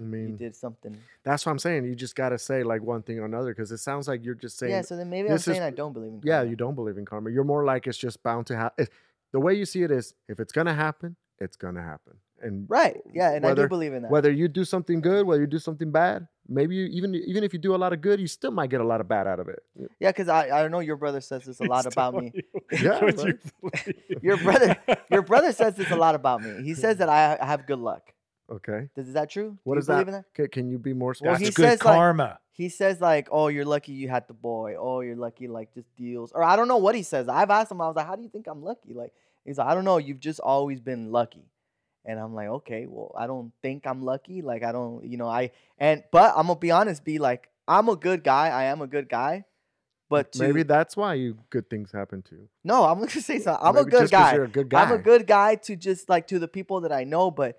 Speaker 3: I
Speaker 4: you
Speaker 3: mean,
Speaker 4: did something
Speaker 3: that's what I'm saying. You just gotta say like one thing or another because it sounds like you're just saying
Speaker 4: yeah so then maybe i'm
Speaker 3: this is-
Speaker 4: saying i don't believe in karma.
Speaker 3: Yeah, you don't believe in karma. You're more like it's just bound to happen. The way you see it is, if it's gonna happen, it's gonna happen. And
Speaker 4: right yeah and i
Speaker 3: Whether-
Speaker 4: do believe in that
Speaker 3: whether you do something good, whether you do something bad, maybe you, even even if you do a lot of good, you still might get a lot of bad out of it.
Speaker 4: Yeah, because I, I know your brother says this a lot about me.
Speaker 3: Yeah,
Speaker 5: What
Speaker 3: right.
Speaker 5: you
Speaker 4: Your brother- Your brother says this a lot about me. He says that I, I have good luck.
Speaker 3: Okay,
Speaker 4: Is, is that true?
Speaker 3: What
Speaker 4: do you
Speaker 3: is that?
Speaker 4: believe in that?
Speaker 3: can, can you be more
Speaker 5: Well,
Speaker 3: specific?
Speaker 4: he
Speaker 5: That's
Speaker 4: says,
Speaker 5: good
Speaker 4: like-
Speaker 5: karma.
Speaker 4: He says like, "Oh, you're lucky you had the boy. Oh, you're lucky like just deals." Or I don't know what he says. I've asked him. I was like, "How do you think I'm lucky?" Like he's like, "I don't know. You've just always been lucky." And I'm like, "Okay, well, I don't think I'm lucky. Like I don't, you know, I and but I'm gonna be honest. Be like, I'm a good guy. I am a good guy." But to,
Speaker 3: maybe that's why you good things happen to you.
Speaker 4: no, I'm gonna say something. I'm a
Speaker 3: Maybe
Speaker 4: good
Speaker 3: just 'cause
Speaker 4: guy.
Speaker 3: You're a good guy.
Speaker 4: I'm a good guy to just like to the people that I know, but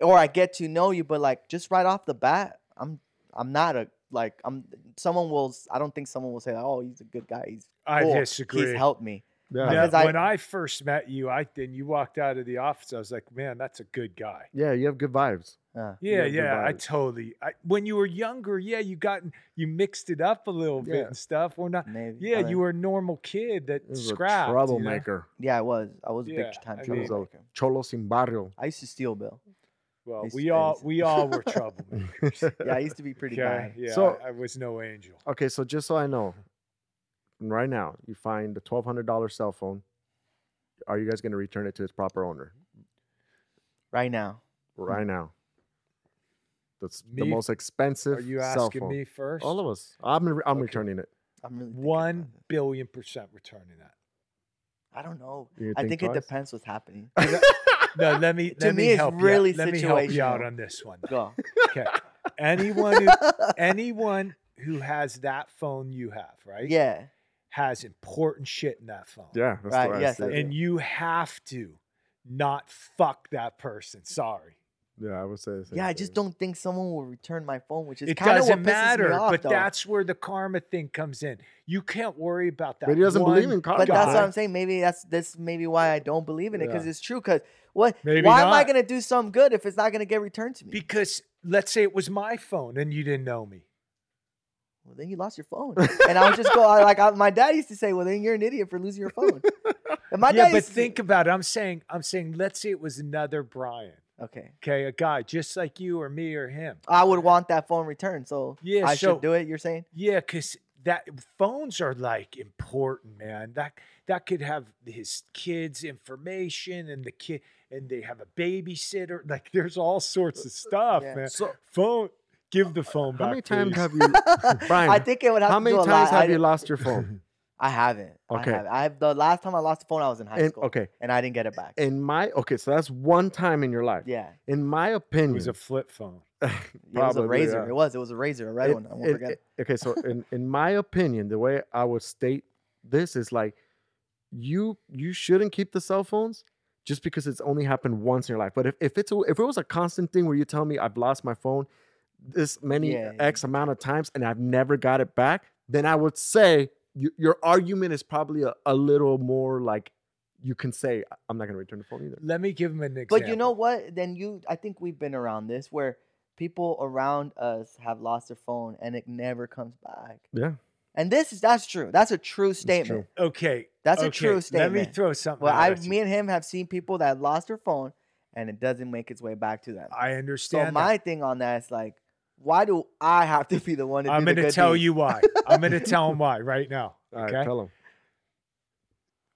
Speaker 4: or I get to know you, but like just right off the bat, I'm I'm not a like I'm someone will s- I don't think someone will say, Oh, he's a good guy. He's
Speaker 5: I
Speaker 4: cool.
Speaker 5: disagree.
Speaker 4: He's helped me.
Speaker 3: Yeah.
Speaker 5: Yeah,
Speaker 4: because I-
Speaker 5: when I first met you, I then you walked out of the office. I was like, man, that's a good guy.
Speaker 3: yeah, you have good vibes.
Speaker 4: Uh,
Speaker 5: Yeah,
Speaker 3: have good
Speaker 5: yeah, I
Speaker 3: vibes.
Speaker 5: totally. I, when you were younger, yeah, you got you mixed it up a little bit
Speaker 3: Yeah.
Speaker 5: and stuff. We're not.
Speaker 4: maybe. I
Speaker 5: Yeah,
Speaker 4: don't-
Speaker 5: you were a normal kid that
Speaker 3: This is a
Speaker 5: scrapped. you know?
Speaker 3: troublemaker,
Speaker 4: Yeah, I was. I was
Speaker 5: Yeah,
Speaker 4: big time
Speaker 5: I
Speaker 3: mean-
Speaker 4: troublemaker.
Speaker 3: cholo sin barrio.
Speaker 4: I used to steal Bill.
Speaker 5: Well,
Speaker 4: He's-
Speaker 5: we all
Speaker 4: he's-
Speaker 5: we all were troublemakers.
Speaker 4: Yeah, I used to be pretty
Speaker 5: Okay,
Speaker 4: bad.
Speaker 5: yeah,
Speaker 3: So-
Speaker 5: I, I was no angel.
Speaker 3: Okay, so just so I know, right now you find the twelve hundred dollar cell phone. Are you guys going to return it to its proper owner
Speaker 4: Right now.
Speaker 3: right now? That's the
Speaker 5: Me?
Speaker 3: most expensive.
Speaker 5: Are you
Speaker 3: cell
Speaker 5: asking
Speaker 3: phone.
Speaker 5: me first?
Speaker 3: All of us. I'm re- I'm
Speaker 5: Okay.
Speaker 3: returning it.
Speaker 4: I'm really thinking about
Speaker 5: One
Speaker 4: this.
Speaker 5: billion percent return in that.
Speaker 4: I don't know.
Speaker 3: You
Speaker 4: I think it
Speaker 3: twice?
Speaker 4: depends what's happening.
Speaker 5: No, let me
Speaker 4: To
Speaker 5: let
Speaker 4: me,
Speaker 5: me
Speaker 4: it's
Speaker 5: help
Speaker 4: really
Speaker 5: you. out. Let me help you out
Speaker 4: situational.
Speaker 5: on this one.
Speaker 4: Go.
Speaker 5: Okay, anyone who, anyone who has that phone you have, right?
Speaker 4: Yeah.
Speaker 5: has important shit in that phone.
Speaker 3: Yeah, that's
Speaker 4: Right,
Speaker 3: the way I
Speaker 4: yes,
Speaker 3: see
Speaker 4: I
Speaker 3: it.
Speaker 4: do.
Speaker 5: and you have to not fuck that person. Sorry,
Speaker 3: Yeah, I would say. the same
Speaker 4: Yeah, I just
Speaker 3: thing.
Speaker 4: don't think someone will return my phone, which is
Speaker 5: It
Speaker 4: kind of what
Speaker 5: doesn't
Speaker 4: pisses
Speaker 5: matter,
Speaker 4: me off.
Speaker 5: but
Speaker 4: though.
Speaker 5: that's where the karma thing comes in. You can't worry about that.
Speaker 3: But he doesn't believe
Speaker 5: one
Speaker 3: in karma.
Speaker 4: but that's
Speaker 3: guy.
Speaker 4: what I'm saying. Maybe that's that's maybe why I don't believe in it because
Speaker 3: Yeah.
Speaker 4: it's true. Because what?
Speaker 5: Maybe
Speaker 4: why am I
Speaker 5: not.
Speaker 4: gonna do something good if it's not gonna get returned to me?
Speaker 5: Because let's say it was my phone and you didn't know me.
Speaker 4: well, then you lost your phone, and I would just go I, like I, my dad used to say. Well, then you're an idiot for losing your phone. And my
Speaker 5: yeah,
Speaker 4: dad
Speaker 5: but
Speaker 4: used to-
Speaker 5: think about it. I'm saying, I'm saying, let's say it was another Brian.
Speaker 4: okay.
Speaker 5: Okay, a guy just like you or me or him.
Speaker 4: I would want that phone returned, so
Speaker 5: Yeah,
Speaker 4: I
Speaker 5: so-
Speaker 4: should do it. You're saying?
Speaker 5: Yeah, because that phones are like important, man. That that could have his kids' information and the kid and they have a babysitter. Like there's all sorts of stuff,
Speaker 4: Yeah.
Speaker 5: man.
Speaker 3: So,
Speaker 5: Phone give
Speaker 4: Uh,
Speaker 5: the phone back.
Speaker 3: how many times
Speaker 5: please.
Speaker 3: have you, Brian?
Speaker 4: I think it would have
Speaker 3: how
Speaker 4: to
Speaker 3: many
Speaker 4: do a
Speaker 3: times
Speaker 4: lot.
Speaker 3: have
Speaker 4: I,
Speaker 3: you lost your phone?
Speaker 4: I haven't.
Speaker 3: Okay.
Speaker 4: I have, I have the last time I lost the phone, I was in high
Speaker 3: and,
Speaker 4: school,
Speaker 3: okay,
Speaker 4: and I didn't get it back.
Speaker 3: in my okay, so that's one time in your life.
Speaker 4: yeah,
Speaker 3: In my
Speaker 5: It
Speaker 3: opinion,
Speaker 5: was a flip phone.
Speaker 4: it was a
Speaker 3: Probably,
Speaker 4: razor.
Speaker 3: yeah.
Speaker 4: It was. It was a razor, a red
Speaker 3: it-
Speaker 4: one. I won't
Speaker 3: it-
Speaker 4: forget.
Speaker 3: it- okay, so in, in my opinion, the way I would state this is like you you shouldn't keep the cell phones just because it's only happened once in your life. But if, if it's a, if it was a constant thing where you tell me I've lost my phone this many
Speaker 4: Yeah, yeah,
Speaker 3: X amount of times and I've never got it back, then I would say you, your argument is probably a, a little more like you can say "I- I'm not gonna return the phone either.
Speaker 5: Let me give him an example.
Speaker 4: But you know what? Then you, I think we've been around this where people around us have lost their phone and it never comes back.
Speaker 3: Yeah.
Speaker 4: And this is that's true. That's a true statement.
Speaker 5: Okay.
Speaker 4: That's a
Speaker 5: okay,
Speaker 4: true
Speaker 5: Let me
Speaker 4: statement.
Speaker 5: throw something.
Speaker 4: Well,
Speaker 5: out
Speaker 4: I,
Speaker 5: at you.
Speaker 4: me and him have seen people that lost their phone and it doesn't make its way back to them.
Speaker 5: I
Speaker 4: so
Speaker 5: understand. that.
Speaker 4: my thing on that is like, why do I have to be the one to
Speaker 5: I'm
Speaker 4: do the
Speaker 5: going to
Speaker 4: good
Speaker 5: tell
Speaker 4: deed?
Speaker 5: you why. I'm going to tell him why right now.
Speaker 3: All right,
Speaker 5: Okay.
Speaker 3: tell them.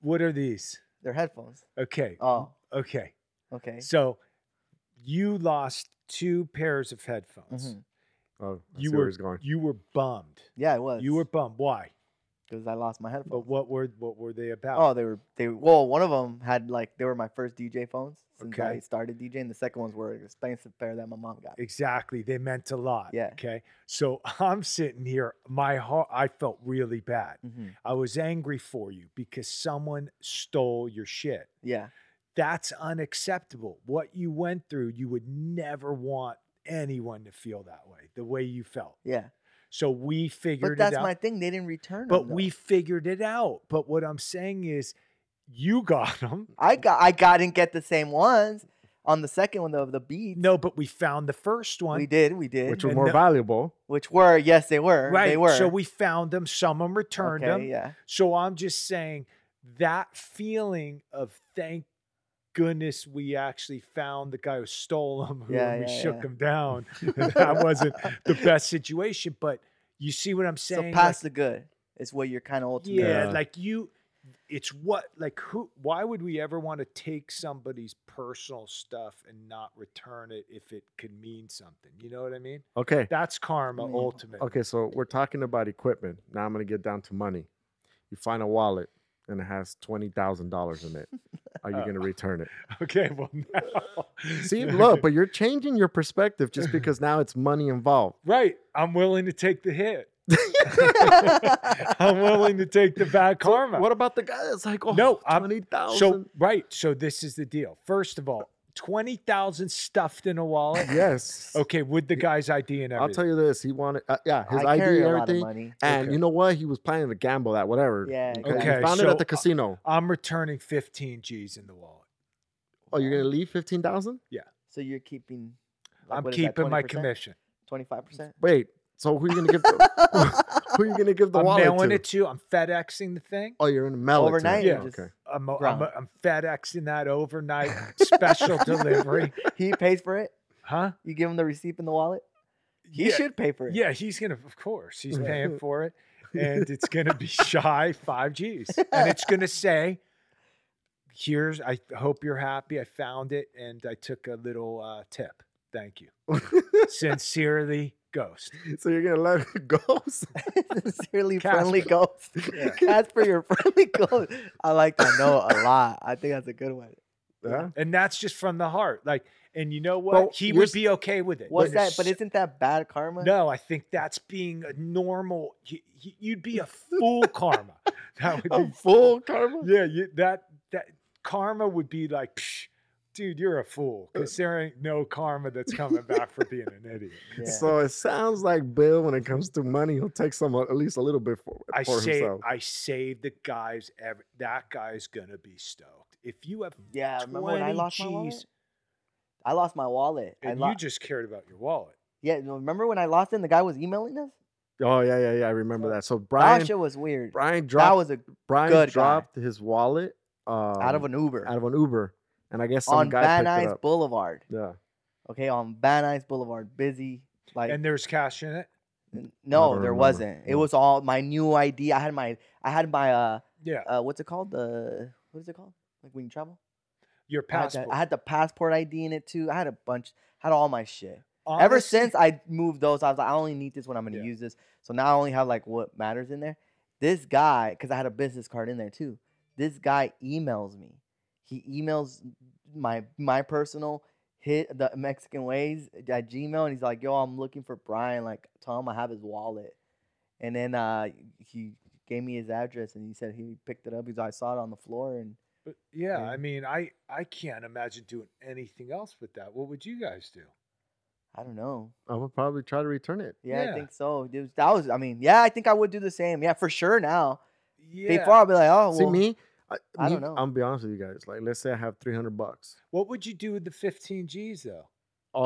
Speaker 5: what are these?
Speaker 4: their headphones?
Speaker 5: Okay.
Speaker 4: Oh,
Speaker 5: Okay.
Speaker 4: okay.
Speaker 5: So you lost two pairs of headphones.
Speaker 4: Mhm.
Speaker 3: Oh, I
Speaker 5: You
Speaker 3: see where
Speaker 5: were
Speaker 3: he's going.
Speaker 5: you were bummed.
Speaker 4: Yeah, it was.
Speaker 5: You were bummed. Why?
Speaker 4: because I lost my headphones.
Speaker 5: But what were what were they about?
Speaker 4: Oh, they were they. Well, one of them had like they were my first DJ phones since I
Speaker 5: Okay.
Speaker 4: started DJing. The second ones were an expensive pair that my mom got.
Speaker 5: exactly. They meant a lot.
Speaker 4: Yeah.
Speaker 5: Okay. So I'm sitting here. My heart. I felt really bad.
Speaker 4: Mhm.
Speaker 5: I was angry for you because someone stole your shit.
Speaker 4: Yeah,
Speaker 5: That's unacceptable. What you went through, you would never want anyone to feel that way. The way you felt.
Speaker 4: yeah.
Speaker 5: So we
Speaker 4: But
Speaker 5: figured
Speaker 4: that's
Speaker 5: it out.
Speaker 4: my thing. They didn't return. 'em,
Speaker 5: but
Speaker 4: though.
Speaker 5: we figured it out. But what I'm saying is, you got them.
Speaker 4: I got, I got, didn't get the same ones on the second one of the beats.
Speaker 5: No, but we found the first one.
Speaker 4: we did, we did.
Speaker 3: Which
Speaker 4: Which,
Speaker 3: were
Speaker 5: And
Speaker 3: more
Speaker 5: the-
Speaker 3: valuable.
Speaker 4: were, yes, they were,
Speaker 5: Right.
Speaker 4: they were.
Speaker 5: So we found them. Someone returned
Speaker 4: okay,
Speaker 5: them.
Speaker 4: Yeah,
Speaker 5: So I'm just saying that feeling of thank goodness we actually found the guy who stole them, who
Speaker 4: Yeah,
Speaker 5: we
Speaker 4: yeah,
Speaker 5: shook
Speaker 4: yeah.
Speaker 5: him down. and that wasn't the best situation. But you see what I'm
Speaker 4: so
Speaker 5: saying? Like,
Speaker 4: past the good is what you're kind of ultimately.
Speaker 5: Yeah,
Speaker 3: Yeah.
Speaker 5: like you it's what like who why would we ever want to take somebody's personal stuff and not return it if it could mean something? You know what I mean?
Speaker 3: Okay.
Speaker 5: That's karma
Speaker 4: Mm.
Speaker 5: ultimately.
Speaker 3: Okay, so we're talking about equipment. Now I'm gonna get down to money. You find a wallet and it has twenty thousand dollars in it. Are
Speaker 5: Uh.
Speaker 3: you gonna return it?
Speaker 5: Okay, well now.
Speaker 3: See, look, but you're changing your perspective just because now it's money involved.
Speaker 5: right, I'm willing to take the hit. I'm willing to take the bad karma.
Speaker 3: What about the guy that's like, oh,
Speaker 5: No, I'm-
Speaker 3: twenty thousand?
Speaker 5: so right, so this is the deal. First of all, 20,000 stuffed in a wallet.
Speaker 3: yes.
Speaker 5: Okay, with the guy's ID and everything.
Speaker 3: I'll tell you this. He wanted, uh, yeah, his
Speaker 4: I
Speaker 3: ID
Speaker 4: carry
Speaker 3: and
Speaker 4: a lot of
Speaker 3: everything.
Speaker 4: money.
Speaker 3: And
Speaker 5: Okay.
Speaker 3: you know what? He was planning to gamble at whatever.
Speaker 4: Yeah,
Speaker 3: He
Speaker 4: exactly.
Speaker 3: found it
Speaker 5: so,
Speaker 3: at the
Speaker 5: uh,
Speaker 3: casino.
Speaker 5: I'm returning 15 G's in the wallet.
Speaker 3: Oh, you're gonna leave fifteen thousand?
Speaker 4: So you're keeping.
Speaker 5: I'm keeping my commission.
Speaker 4: Twenty five percent.
Speaker 3: Wait. So who are you gonna give? The, who are you gonna give the
Speaker 5: I'm
Speaker 3: wallet
Speaker 5: mailing
Speaker 3: to?
Speaker 5: it to you. I'm FedExing the thing.
Speaker 3: Oh, you're gonna mail it to him.
Speaker 4: Overnight,
Speaker 5: Yeah.
Speaker 4: just-
Speaker 3: Okay.
Speaker 5: I'm, I'm,
Speaker 4: Ground.
Speaker 5: I'm FedExing that overnight special delivery.
Speaker 4: He pays for it.
Speaker 5: Huh?
Speaker 4: You give him the receipt in the wallet. He
Speaker 5: yeah,
Speaker 4: should pay for it.
Speaker 5: Yeah, he's going to, of course, he's paying for it. And it's going to be shy five G's. And it's going to say, here's, I hope you're happy. I found it and I took a little uh, tip. Thank you. Sincerely, Ghost.
Speaker 3: So you're gonna let it go? So-
Speaker 4: Sincerely friendly
Speaker 5: Casper.
Speaker 4: ghost. That's for your friendly ghost. I like that note a lot. I think that's a good one.
Speaker 3: yeah.
Speaker 5: And that's just from the heart. Like, and you know what?
Speaker 3: Well,
Speaker 5: he
Speaker 3: you're
Speaker 5: would
Speaker 3: s-
Speaker 5: be okay with it.
Speaker 4: What's
Speaker 5: But
Speaker 4: that? But isn't that bad karma?
Speaker 5: No, I think that's being a normal. y- y- You'd be a fool, karma. That would
Speaker 3: I'm
Speaker 5: be,
Speaker 3: full karma.
Speaker 5: yeah, you, that that karma would be like, "Psh, dude, you're a fool. Because
Speaker 4: Uh.
Speaker 5: there ain't no karma that's coming back for being an idiot.
Speaker 4: Yeah.
Speaker 3: So it sounds like Bill, when it comes to money, he'll take some at least a little bit for,
Speaker 5: I
Speaker 3: for
Speaker 5: say,
Speaker 3: himself.
Speaker 5: I saved the guys. Every, that guy's gonna be stoked. If you have
Speaker 4: yeah, remember when I
Speaker 5: 20
Speaker 4: lost my
Speaker 5: G's
Speaker 4: wallet? I lost my wallet. I
Speaker 5: and
Speaker 4: lo-
Speaker 5: you just cared about your wallet,
Speaker 4: yeah, no, remember when I lost it and the guy was emailing us?
Speaker 3: oh yeah, yeah, yeah. I remember that. So
Speaker 4: that
Speaker 3: Brian,
Speaker 4: shit was weird.
Speaker 3: Brian
Speaker 4: that
Speaker 3: dropped
Speaker 4: was a
Speaker 3: Brian
Speaker 4: good guy.
Speaker 3: dropped his wallet um,
Speaker 4: out of an Uber
Speaker 3: out of an Uber, and I guess some
Speaker 4: on
Speaker 3: guy
Speaker 4: Van
Speaker 3: picked it
Speaker 4: Nuys
Speaker 3: up.
Speaker 4: Boulevard.
Speaker 3: yeah,
Speaker 4: Okay, on Van Nuys Boulevard, busy. Like
Speaker 5: and there's cash in it.
Speaker 4: n- no,
Speaker 3: don't
Speaker 4: there
Speaker 3: remember.
Speaker 4: wasn't. It
Speaker 3: No.
Speaker 4: was all my new ID. I had my I had my uh
Speaker 5: Yeah,
Speaker 4: uh what's it called the what is it called like when you travel.
Speaker 5: your
Speaker 4: I had, the,
Speaker 5: passport.
Speaker 4: I had the passport ID in it too. I had a bunch. Had all my shit. Ever
Speaker 5: Honestly,
Speaker 4: since I moved those, I was like, I only need this when I'm gonna
Speaker 5: Yeah.
Speaker 4: use this. So now I only have like what matters in there. This guy, because I had a business card in there too. This guy emails me. He emails my my personal hit the Mexican ways at Gmail, and he's like, "Yo, I'm looking for Brian. Like, tell him I have his wallet." And then uh, he gave me his address, and he said he picked it up because I saw it on the floor. And
Speaker 5: But yeah,
Speaker 4: Yeah.
Speaker 5: I mean, I I can't imagine doing anything else with that. What would you guys do?
Speaker 4: I don't know.
Speaker 3: I would probably try to return it.
Speaker 4: Yeah,
Speaker 5: Yeah.
Speaker 4: I think so. Dude, that was. I mean, yeah, I think I would do the same. Yeah, for sure. Now
Speaker 5: Yeah.
Speaker 4: before I'll be like, "Oh,
Speaker 3: See
Speaker 4: well,
Speaker 3: me? I,
Speaker 4: I
Speaker 3: me-
Speaker 4: don't know.
Speaker 3: I'm gonna be honest with you guys. Like, let's say I have 300 bucks.
Speaker 5: What would you do with the 15 G's though?
Speaker 3: Oh,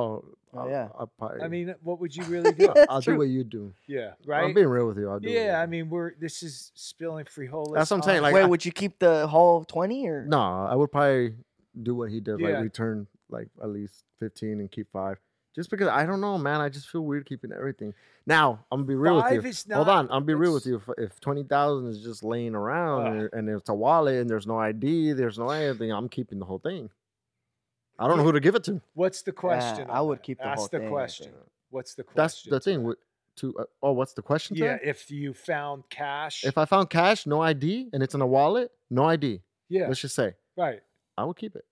Speaker 4: Oh,
Speaker 3: I'll-
Speaker 4: yeah.
Speaker 3: I'll probably-
Speaker 5: I mean, what would you really do?
Speaker 4: Yeah, it's
Speaker 3: I'll do
Speaker 4: true.
Speaker 3: what you do.
Speaker 5: yeah,
Speaker 3: I'm
Speaker 5: right.
Speaker 3: being real with you. I'll do. what you
Speaker 5: Yeah, I
Speaker 3: do.
Speaker 5: mean, we're this is spilling frijoles.
Speaker 3: That's what I'm saying,
Speaker 5: on-
Speaker 3: like,
Speaker 4: Wait,
Speaker 3: I-
Speaker 4: would you keep the whole twenty or
Speaker 3: no, I would probably do what he did.
Speaker 5: Yeah.
Speaker 3: Like return like at least 15 and keep five. Just because I don't know, man. I just feel weird keeping everything. Now I'm gonna be real
Speaker 5: Five
Speaker 3: with you.
Speaker 5: is
Speaker 3: Hold
Speaker 5: not-
Speaker 3: on, I'll be real with
Speaker 5: it's-
Speaker 3: you. If, if 20,000 is just laying around
Speaker 5: Ugh.
Speaker 3: and, and it's a wallet and there's no ID, there's no anything, I'm keeping the whole thing. I don't know who to give it to.
Speaker 5: what's the question?
Speaker 4: I
Speaker 5: on
Speaker 4: would
Speaker 5: that?
Speaker 4: keep the
Speaker 5: Ask
Speaker 4: whole
Speaker 5: the
Speaker 4: thing, I
Speaker 5: question.
Speaker 4: think.
Speaker 5: What's the question?
Speaker 3: That's the
Speaker 5: to
Speaker 3: thing.
Speaker 5: that?
Speaker 3: with- To uh, oh, what's the question? to
Speaker 5: Yeah,
Speaker 3: that?
Speaker 5: if you found cash.
Speaker 3: If I found cash, no ID, and it's in a wallet, no ID.
Speaker 5: yeah,
Speaker 3: Let's just say
Speaker 5: right.
Speaker 3: I will keep it.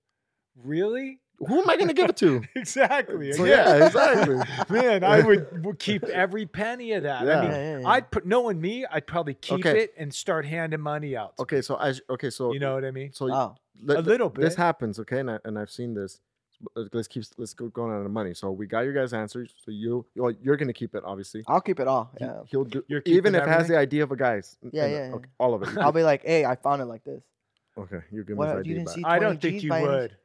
Speaker 5: Really?
Speaker 3: Who am I gonna give it to?
Speaker 5: Exactly.
Speaker 3: So,
Speaker 5: again.
Speaker 3: yeah, exactly.
Speaker 5: Man, I would, would keep every penny of that. I
Speaker 3: Yeah.
Speaker 5: mean,
Speaker 4: Yeah, yeah, yeah.
Speaker 5: I'd put knowing me, I'd probably keep
Speaker 3: Okay.
Speaker 5: it and start handing money out. to
Speaker 3: Okay, so I sh- okay, so
Speaker 5: people. You know what I mean?
Speaker 3: so
Speaker 4: Oh,
Speaker 3: let-
Speaker 5: a little
Speaker 3: This
Speaker 5: bit.
Speaker 3: happens, okay, and, I, and I've seen this. Let's- Let's keep let's go going on the money. So we got your guys' answers. So you well, you're gonna keep it, obviously.
Speaker 4: I'll keep it all.
Speaker 3: He,
Speaker 4: Yeah.
Speaker 3: will do
Speaker 5: Ah, You're keeping
Speaker 3: even if it has the idea of a guy's. n-
Speaker 4: Yeah,
Speaker 3: and, uh,
Speaker 4: yeah, yeah.
Speaker 3: okay, all of it.
Speaker 4: I'll be like, hey, I found it like this.
Speaker 3: okay, you're giving
Speaker 4: What,
Speaker 3: his
Speaker 4: you
Speaker 3: ID
Speaker 4: didn't
Speaker 3: back.
Speaker 4: see
Speaker 5: I
Speaker 4: 20
Speaker 5: don't think
Speaker 4: Gs
Speaker 5: you
Speaker 4: by any ch-
Speaker 5: would.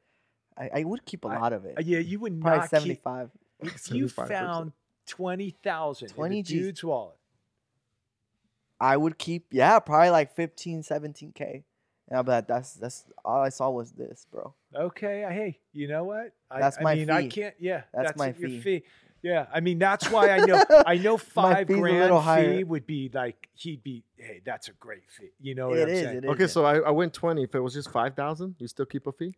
Speaker 4: I, I would keep a lot of it.
Speaker 5: Uh, Yeah, you would
Speaker 4: Probably
Speaker 5: not keep.
Speaker 4: seventy-five.
Speaker 5: If you
Speaker 3: 75%.
Speaker 5: found twenty thousand in a
Speaker 4: 20 Gs.
Speaker 5: dude's wallet,
Speaker 4: I would keep, yeah, probably like 15, 17 k. And I'll be like, that's that's all I saw was this, bro.
Speaker 5: okay, I- hey, you know what? I,
Speaker 4: That's
Speaker 5: I
Speaker 4: my
Speaker 5: mean, I
Speaker 4: fee.
Speaker 5: can't. Yeah,
Speaker 4: That's my
Speaker 5: your
Speaker 4: fee.
Speaker 5: Yeah, I mean that's why I know. I know five
Speaker 4: fee's a
Speaker 5: grand
Speaker 4: little
Speaker 5: fee
Speaker 4: higher.
Speaker 5: would be like he'd be. Hey, that's a great fee. You know what
Speaker 4: It
Speaker 5: I'm
Speaker 4: is,
Speaker 5: saying?
Speaker 4: it is.
Speaker 3: Okay, so I, I went twenty. If it was just five thousand, you still keep a fee.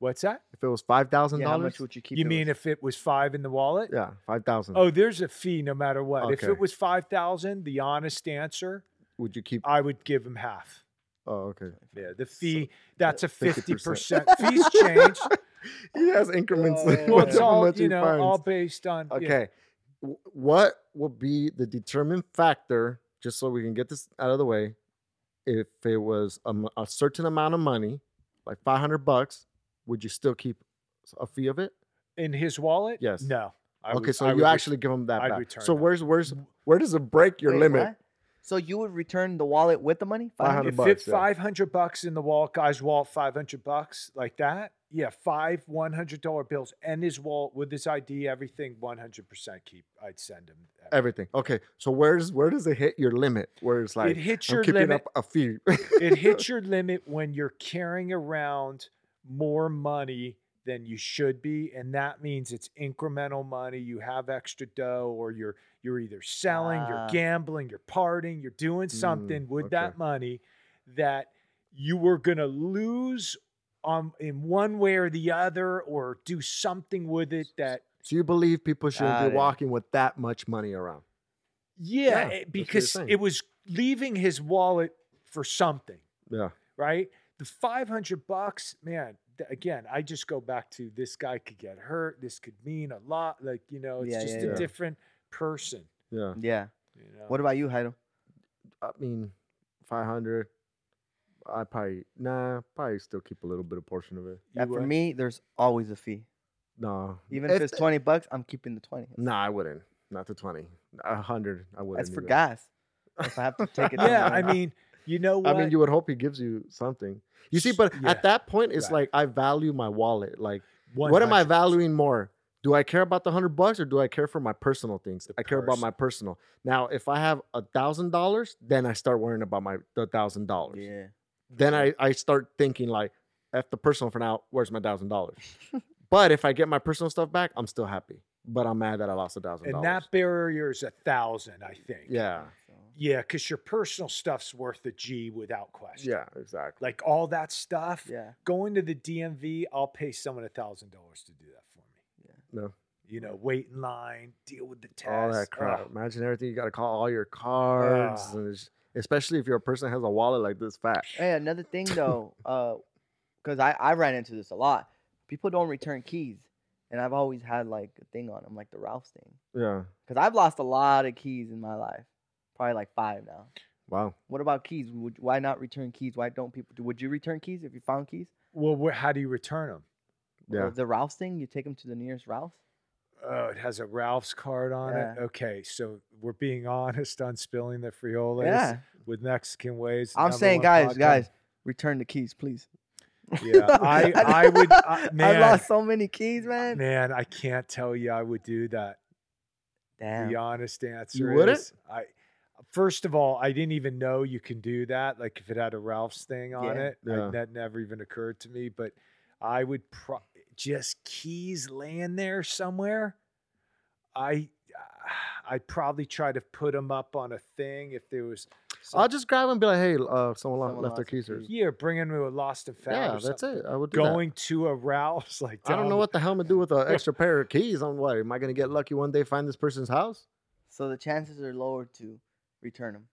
Speaker 5: What's that?
Speaker 3: If it was five thousand
Speaker 4: yeah, how
Speaker 3: dollars,
Speaker 4: much would you keep?
Speaker 5: you mean if it was five in the wallet?
Speaker 3: yeah, five thousand.
Speaker 5: Oh, there's a fee no matter what. If
Speaker 3: Okay.
Speaker 5: it was five thousand, the honest answer,
Speaker 3: would you keep?
Speaker 5: I would give him half.
Speaker 3: Oh, okay.
Speaker 5: Yeah, the fee that's a fifty
Speaker 3: 50%.
Speaker 5: percent. Fees change.
Speaker 3: He has increments.
Speaker 4: Oh,
Speaker 3: of
Speaker 5: Well, it's
Speaker 3: how
Speaker 5: all
Speaker 3: much he
Speaker 5: you know,
Speaker 3: finds.
Speaker 5: all based on. yeah.
Speaker 3: Okay. W- What will be the determined factor, just so we can get this out of the way, if it was a, m- a certain amount of money, like 500 bucks, would you still keep s- a fee of it?
Speaker 5: in his wallet?
Speaker 3: Yes.
Speaker 5: No. I
Speaker 3: okay,
Speaker 5: would-
Speaker 3: so
Speaker 5: I
Speaker 3: you
Speaker 5: would ret-
Speaker 3: actually give them that
Speaker 5: I'd
Speaker 3: back.
Speaker 5: return
Speaker 3: So
Speaker 5: that.
Speaker 3: where's where's where does it break your limit?
Speaker 4: So you would return the wallet with the money?
Speaker 3: 500
Speaker 5: if
Speaker 3: bucks,
Speaker 5: it,
Speaker 3: yeah.
Speaker 5: five hundred bucks in the wallet, guy's wallet, five hundred bucks like that. Yeah, five one hundred dollar bills and his wallet with his ID, everything one hundred percent keep. I'd send him
Speaker 3: Everything.
Speaker 5: everything.
Speaker 3: Okay, so where's where does it hit your limit? Where it's like
Speaker 5: it hits
Speaker 3: I'm
Speaker 5: your
Speaker 3: keeping
Speaker 5: limit.
Speaker 3: up a fee.
Speaker 5: it hits your limit when you're carrying around more money than you should be and that means it's incremental money you have extra dough or you're you're either selling you're
Speaker 4: Ah.
Speaker 5: gambling you're partying you're doing something with that
Speaker 3: okay.
Speaker 5: money that you were going to lose um in one way or the other or do something with it that
Speaker 3: so you believe people shouldn't
Speaker 4: Got
Speaker 3: be
Speaker 4: it.
Speaker 3: walking with that much money around?
Speaker 5: yeah,
Speaker 3: that's what you're
Speaker 5: it- because
Speaker 3: saying.
Speaker 5: it was leaving his wallet for something
Speaker 3: Yeah.
Speaker 5: right? The 500 bucks, man, th- again, I just go back to this guy could get hurt. This could mean a lot. Like, you know, it's
Speaker 4: Yeah,
Speaker 5: just
Speaker 4: yeah,
Speaker 5: a
Speaker 3: yeah.
Speaker 5: different person.
Speaker 3: Yeah.
Speaker 4: Yeah.
Speaker 5: You know?
Speaker 4: What about you, Heido?
Speaker 3: I mean, 500. I probably nah, probably still keep a little bit of portion of it.
Speaker 4: Yeah,
Speaker 5: You,
Speaker 4: for
Speaker 5: uh,
Speaker 4: me, there's always a fee.
Speaker 3: No,
Speaker 4: Even if it's twenty bucks, I'm keeping the twenty.
Speaker 3: nah, I wouldn't. Not to twenty, a hundred. I wouldn't.
Speaker 4: That's for
Speaker 3: either.
Speaker 4: gas. If I have to take it, to
Speaker 5: yeah,
Speaker 4: the-
Speaker 5: I mean, you know
Speaker 3: I
Speaker 5: what?
Speaker 3: mean, you would hope he gives you something. You see,
Speaker 5: S-
Speaker 3: but
Speaker 5: yeah,
Speaker 3: at that point, it's
Speaker 5: right.
Speaker 3: like I value my wallet. Like, what am I
Speaker 5: 100%.
Speaker 3: valuing more? Do I care about the hundred bucks or do I care for my personal things?
Speaker 5: The
Speaker 3: I care about my personal. Now, if I have a thousand dollars, then I start worrying about my the thousand dollars.
Speaker 4: yeah.
Speaker 3: Then I, I start thinking like, F the personal for now, where's my thousand dollars? But if I get my personal stuff back, I'm still happy. But I'm mad that I lost a thousand
Speaker 5: And
Speaker 3: dollars.
Speaker 5: that barrier is a thousand, I think.
Speaker 3: Yeah.
Speaker 4: So,
Speaker 5: Yeah, because your personal stuff's worth a G without question.
Speaker 3: Yeah, exactly.
Speaker 5: Like all that stuff.
Speaker 4: yeah.
Speaker 5: Going to the DMV, I'll pay someone a thousand dollars to do that for me.
Speaker 3: Yeah. No.
Speaker 5: You know, wait in line, deal with the test.
Speaker 3: all that crap. Imagine everything you got to call all your cards,
Speaker 5: Ah.
Speaker 3: and it's- especially if you're a person that has a wallet like this fat.
Speaker 4: Hey, another thing though, because I I ran into this a lot. People don't return keys, and I've always had like a thing on them, like the Ralph's thing.
Speaker 3: Yeah.
Speaker 4: Because I've lost a lot of keys in my life, probably like five now.
Speaker 3: Wow.
Speaker 4: What about keys? Would, why not return keys? Why don't people? Would you return keys if you found keys?
Speaker 5: Well, where, how do you return them?
Speaker 4: Well,
Speaker 3: Yeah.
Speaker 4: the Ralph's thing, you take them to the nearest Ralph's.
Speaker 5: Oh, it has a Ralph's card on it.
Speaker 4: Yeah.
Speaker 5: Okay, so we're being honest on spilling the frijoles
Speaker 4: Yeah.
Speaker 5: with Mexican ways. the
Speaker 4: I'm
Speaker 5: number
Speaker 4: saying,
Speaker 5: one
Speaker 4: guys,
Speaker 5: podcast.
Speaker 4: guys, return the keys, please.
Speaker 5: Yeah, I, I would. I, man,
Speaker 4: I lost so many keys, man.
Speaker 5: man, I can't tell you I would do that.
Speaker 4: Damn.
Speaker 5: The honest answer
Speaker 3: wouldn't?
Speaker 5: is I. First of all, I didn't even know you can do that. Like if it had a Ralph's thing on
Speaker 4: Yeah.
Speaker 5: it, I-
Speaker 3: Yeah.
Speaker 5: that never even occurred to me. But I would pro- just keys laying there somewhere. I I'd probably try to put them up on a thing if there was.
Speaker 3: I'll just grab and be like, hey, uh, someone, lo-
Speaker 4: Someone
Speaker 3: left their
Speaker 4: lost their
Speaker 3: keys. Here.
Speaker 4: keys.
Speaker 5: yeah, bringing me a lost and found.
Speaker 3: Yeah,
Speaker 5: or
Speaker 3: that's
Speaker 5: something.
Speaker 3: it. I would do that.
Speaker 5: Going to a Ralph's like
Speaker 3: I don't
Speaker 5: down
Speaker 3: know what the hell I'm gonna do with an extra pair of keys. I'm what? Am I gonna get lucky one day find this person's house?
Speaker 4: So the chances are lower to return them.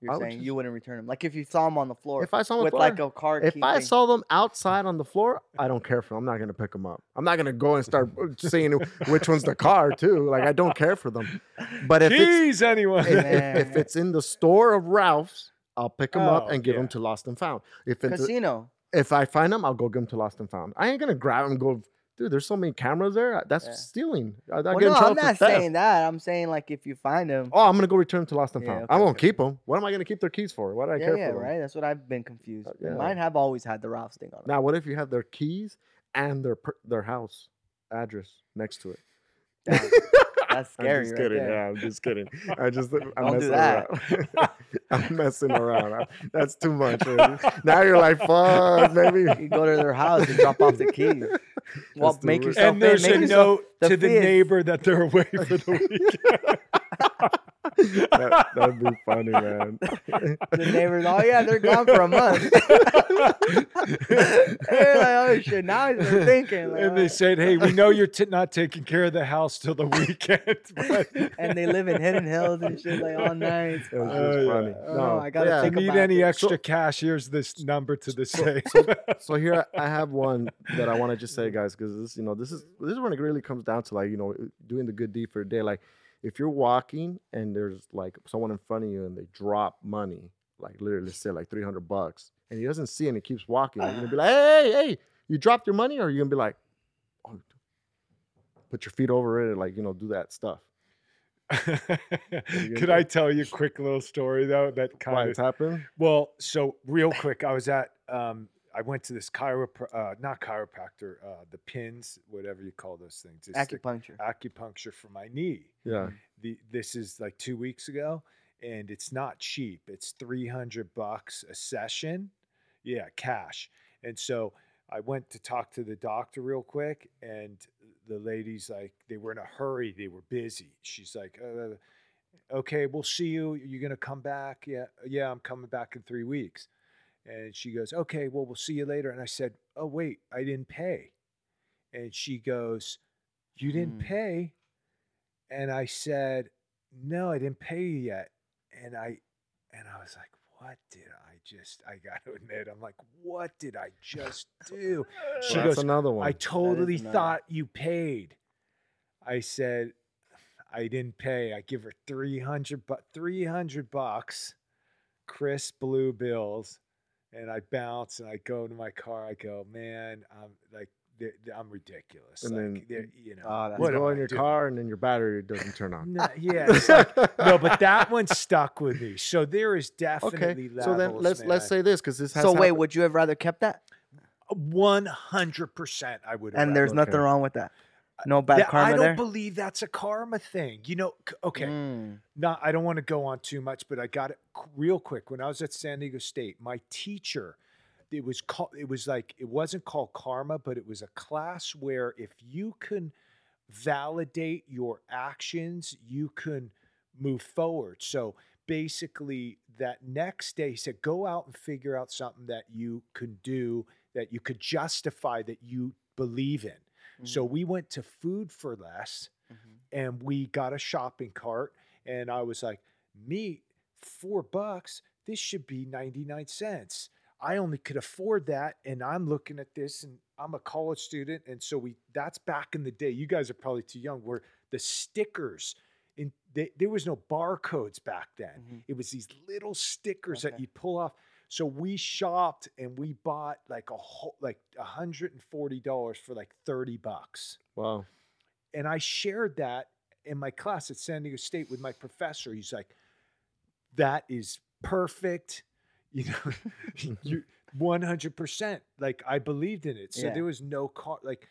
Speaker 4: You're
Speaker 3: I would
Speaker 4: saying
Speaker 3: just-
Speaker 4: you wouldn't return them. Like if you saw them on the floor
Speaker 3: If I saw 'em on the
Speaker 4: with
Speaker 3: floor-
Speaker 4: like a card.
Speaker 3: If
Speaker 4: key
Speaker 3: I
Speaker 4: thing.
Speaker 3: saw them outside on the floor, I don't care for them. I'm not gonna pick them up. I'm not gonna go and start uh, seeing which one's the car too. Like I don't care for them. But if it's
Speaker 5: Keys, anyone?
Speaker 3: if,
Speaker 4: Man.
Speaker 3: if, if it's in the store of Ralph's, I'll pick them
Speaker 5: Oh,
Speaker 3: up and give
Speaker 5: yeah.
Speaker 3: them to Lost and Found. If it's a-
Speaker 4: casino,
Speaker 3: if I find them, I'll go give them to Lost and Found. I ain't gonna grab them. And go, dude. There's so many cameras there. uh, That's
Speaker 4: Yeah.
Speaker 3: stealing. I, I
Speaker 4: well,
Speaker 3: get in
Speaker 4: no, I'm
Speaker 3: trouble for
Speaker 4: not
Speaker 3: theft.
Speaker 4: saying that. I'm saying like if you find them,
Speaker 3: Oh, I'm gonna go return them to Lost and
Speaker 4: Yeah,
Speaker 3: Found.
Speaker 4: okay,
Speaker 3: I won't
Speaker 4: okay.
Speaker 3: keep them. What am I gonna keep their keys for? What do I
Speaker 4: yeah,
Speaker 3: care
Speaker 4: yeah,
Speaker 3: for them?
Speaker 4: right. That's what I've been confused.
Speaker 3: Uh,
Speaker 4: And
Speaker 3: yeah.
Speaker 4: Mine have always had the Ralph's thing on them.
Speaker 3: Now, what if you have their keys and their per- their house address next to it?
Speaker 4: Damn, That's scary.
Speaker 3: I'm just
Speaker 4: right
Speaker 3: kidding.
Speaker 4: there.
Speaker 3: Yeah, I'm just kidding. I just I'm
Speaker 4: Don't do
Speaker 3: messing
Speaker 4: that.
Speaker 3: around. I'm messing around. I'm- that's too much. man. Now you're like, fuck,
Speaker 4: You
Speaker 3: maybe.
Speaker 4: go to their house and drop off the keys. Well,
Speaker 3: That's the
Speaker 4: make
Speaker 3: worst.
Speaker 4: yourself
Speaker 5: and there's
Speaker 4: in,
Speaker 5: a
Speaker 4: make yourself-
Speaker 5: note
Speaker 4: the
Speaker 5: to the
Speaker 4: fifth.
Speaker 5: neighbor that they're away for the weekend.
Speaker 3: That, that'd be funny, man.
Speaker 4: the neighbors. Oh yeah, they're gone for a month. They're like, oh shit. Now they're thinking. like,
Speaker 5: and they
Speaker 4: "Oh."
Speaker 5: said, "Hey, we know you're t- not taking care of the house till the weekend." But
Speaker 4: and they live in hidden hills and shit like all night.
Speaker 3: It was
Speaker 5: Oh,
Speaker 3: just
Speaker 5: yeah.
Speaker 3: funny.
Speaker 4: Oh,
Speaker 3: no,
Speaker 4: I gotta
Speaker 3: yeah.
Speaker 5: if
Speaker 4: think
Speaker 5: you need
Speaker 4: about
Speaker 5: any
Speaker 4: it.
Speaker 5: extra cash, here's this number to the safe.
Speaker 3: so here I I have one that I want to just say, guys, because this, you know, this is this is when it really comes down to like, you know, uh, doing the good deed for a day. Like, if you're walking and there's like someone in front of you and they drop money, like literally, let's say like three hundred bucks, and he doesn't see it and he keeps walking, you're gonna be like, hey, hey, you dropped your money, or are you gonna be like, oh, put your feet over it, and like you know, do that stuff.
Speaker 5: Could I tell you a quick little story though? That
Speaker 3: Why
Speaker 5: kind
Speaker 3: it's
Speaker 5: of
Speaker 3: happened?
Speaker 5: well. So real quick, I was at um, I went to this chiropr uh, not chiropractor, uh, the pins, whatever you call those things, It's the
Speaker 4: acupuncture.
Speaker 5: acupuncture for my knee.
Speaker 3: Yeah,
Speaker 5: the this is like two weeks ago and it's not cheap it's 300 bucks a session yeah cash and so i went to talk to the doctor real quick and the lady's like they were in a hurry they were busy she's like uh, okay we'll see you you're gonna come back yeah yeah i'm coming back in three weeks and she goes okay well we'll see you later and i said oh wait i didn't pay and she goes you didn't
Speaker 4: Hmm.
Speaker 5: pay and I said, "No, I didn't pay you yet." And I, and I was like, "What did I just?" I got to admit, I'm like, "What did I just do?" She
Speaker 3: Well,
Speaker 5: goes,
Speaker 3: that's another one.
Speaker 5: I totally
Speaker 4: another-
Speaker 5: thought you paid. I said, "I didn't pay." I give her three hundred, but three hundred bucks, crisp blue bills, and I bounce and I go to my car. I go, man, I'm like, they're, they're- I'm ridiculous.
Speaker 3: And then-
Speaker 5: like, they're- you know,
Speaker 4: Ah, that's
Speaker 3: You
Speaker 5: what
Speaker 3: go
Speaker 5: am
Speaker 3: in
Speaker 5: I
Speaker 3: your
Speaker 5: doing?
Speaker 3: car and then your battery doesn't turn on.
Speaker 5: No, yeah, it's like- no, but that one stuck with me. So there is definitely
Speaker 3: okay. So then
Speaker 5: levels,
Speaker 3: let's let's
Speaker 5: man.
Speaker 3: say this because this has
Speaker 4: So wait,
Speaker 3: happened-
Speaker 4: would you have rather kept that?
Speaker 5: one hundred percent. I would. have
Speaker 4: And
Speaker 5: rather-
Speaker 4: there's nothing
Speaker 3: okay.
Speaker 4: wrong with that. No bad
Speaker 5: That- I
Speaker 4: karma
Speaker 5: don't
Speaker 4: there.
Speaker 5: believe that's a karma thing. You know, c- okay.
Speaker 4: Mm.
Speaker 5: No, I don't want to go on too much, but I got it qu- real quick. When I was at San Diego State, my teacher, it was called, it was like it wasn't called karma, but it was a class where if you can validate your actions, you can move forward. So basically, that next day, he said, go out and figure out something that you can do that you could justify that you believe in. So
Speaker 4: Mm.
Speaker 5: we went to Food for Less
Speaker 4: mm-hmm,
Speaker 5: and we got a shopping cart and I was like, meat, four bucks. This should be 99 cents. I only could afford that. And I'm looking at this and I'm a college student. And so we, that's back in the day. You guys are probably too young where the stickers in they, there was no barcodes back then.
Speaker 4: Mhm.
Speaker 5: It was these little stickers that
Speaker 4: Okay.
Speaker 5: you pull off. So we shopped and we bought like a whole, like $140 for like 30 bucks
Speaker 3: wow.
Speaker 5: and I shared that in my class at San Diego State with my professor. He's like, "That is perfect," you know, you one hundred percent. Like I believed in it, so
Speaker 4: Yeah.
Speaker 5: there was no car. Like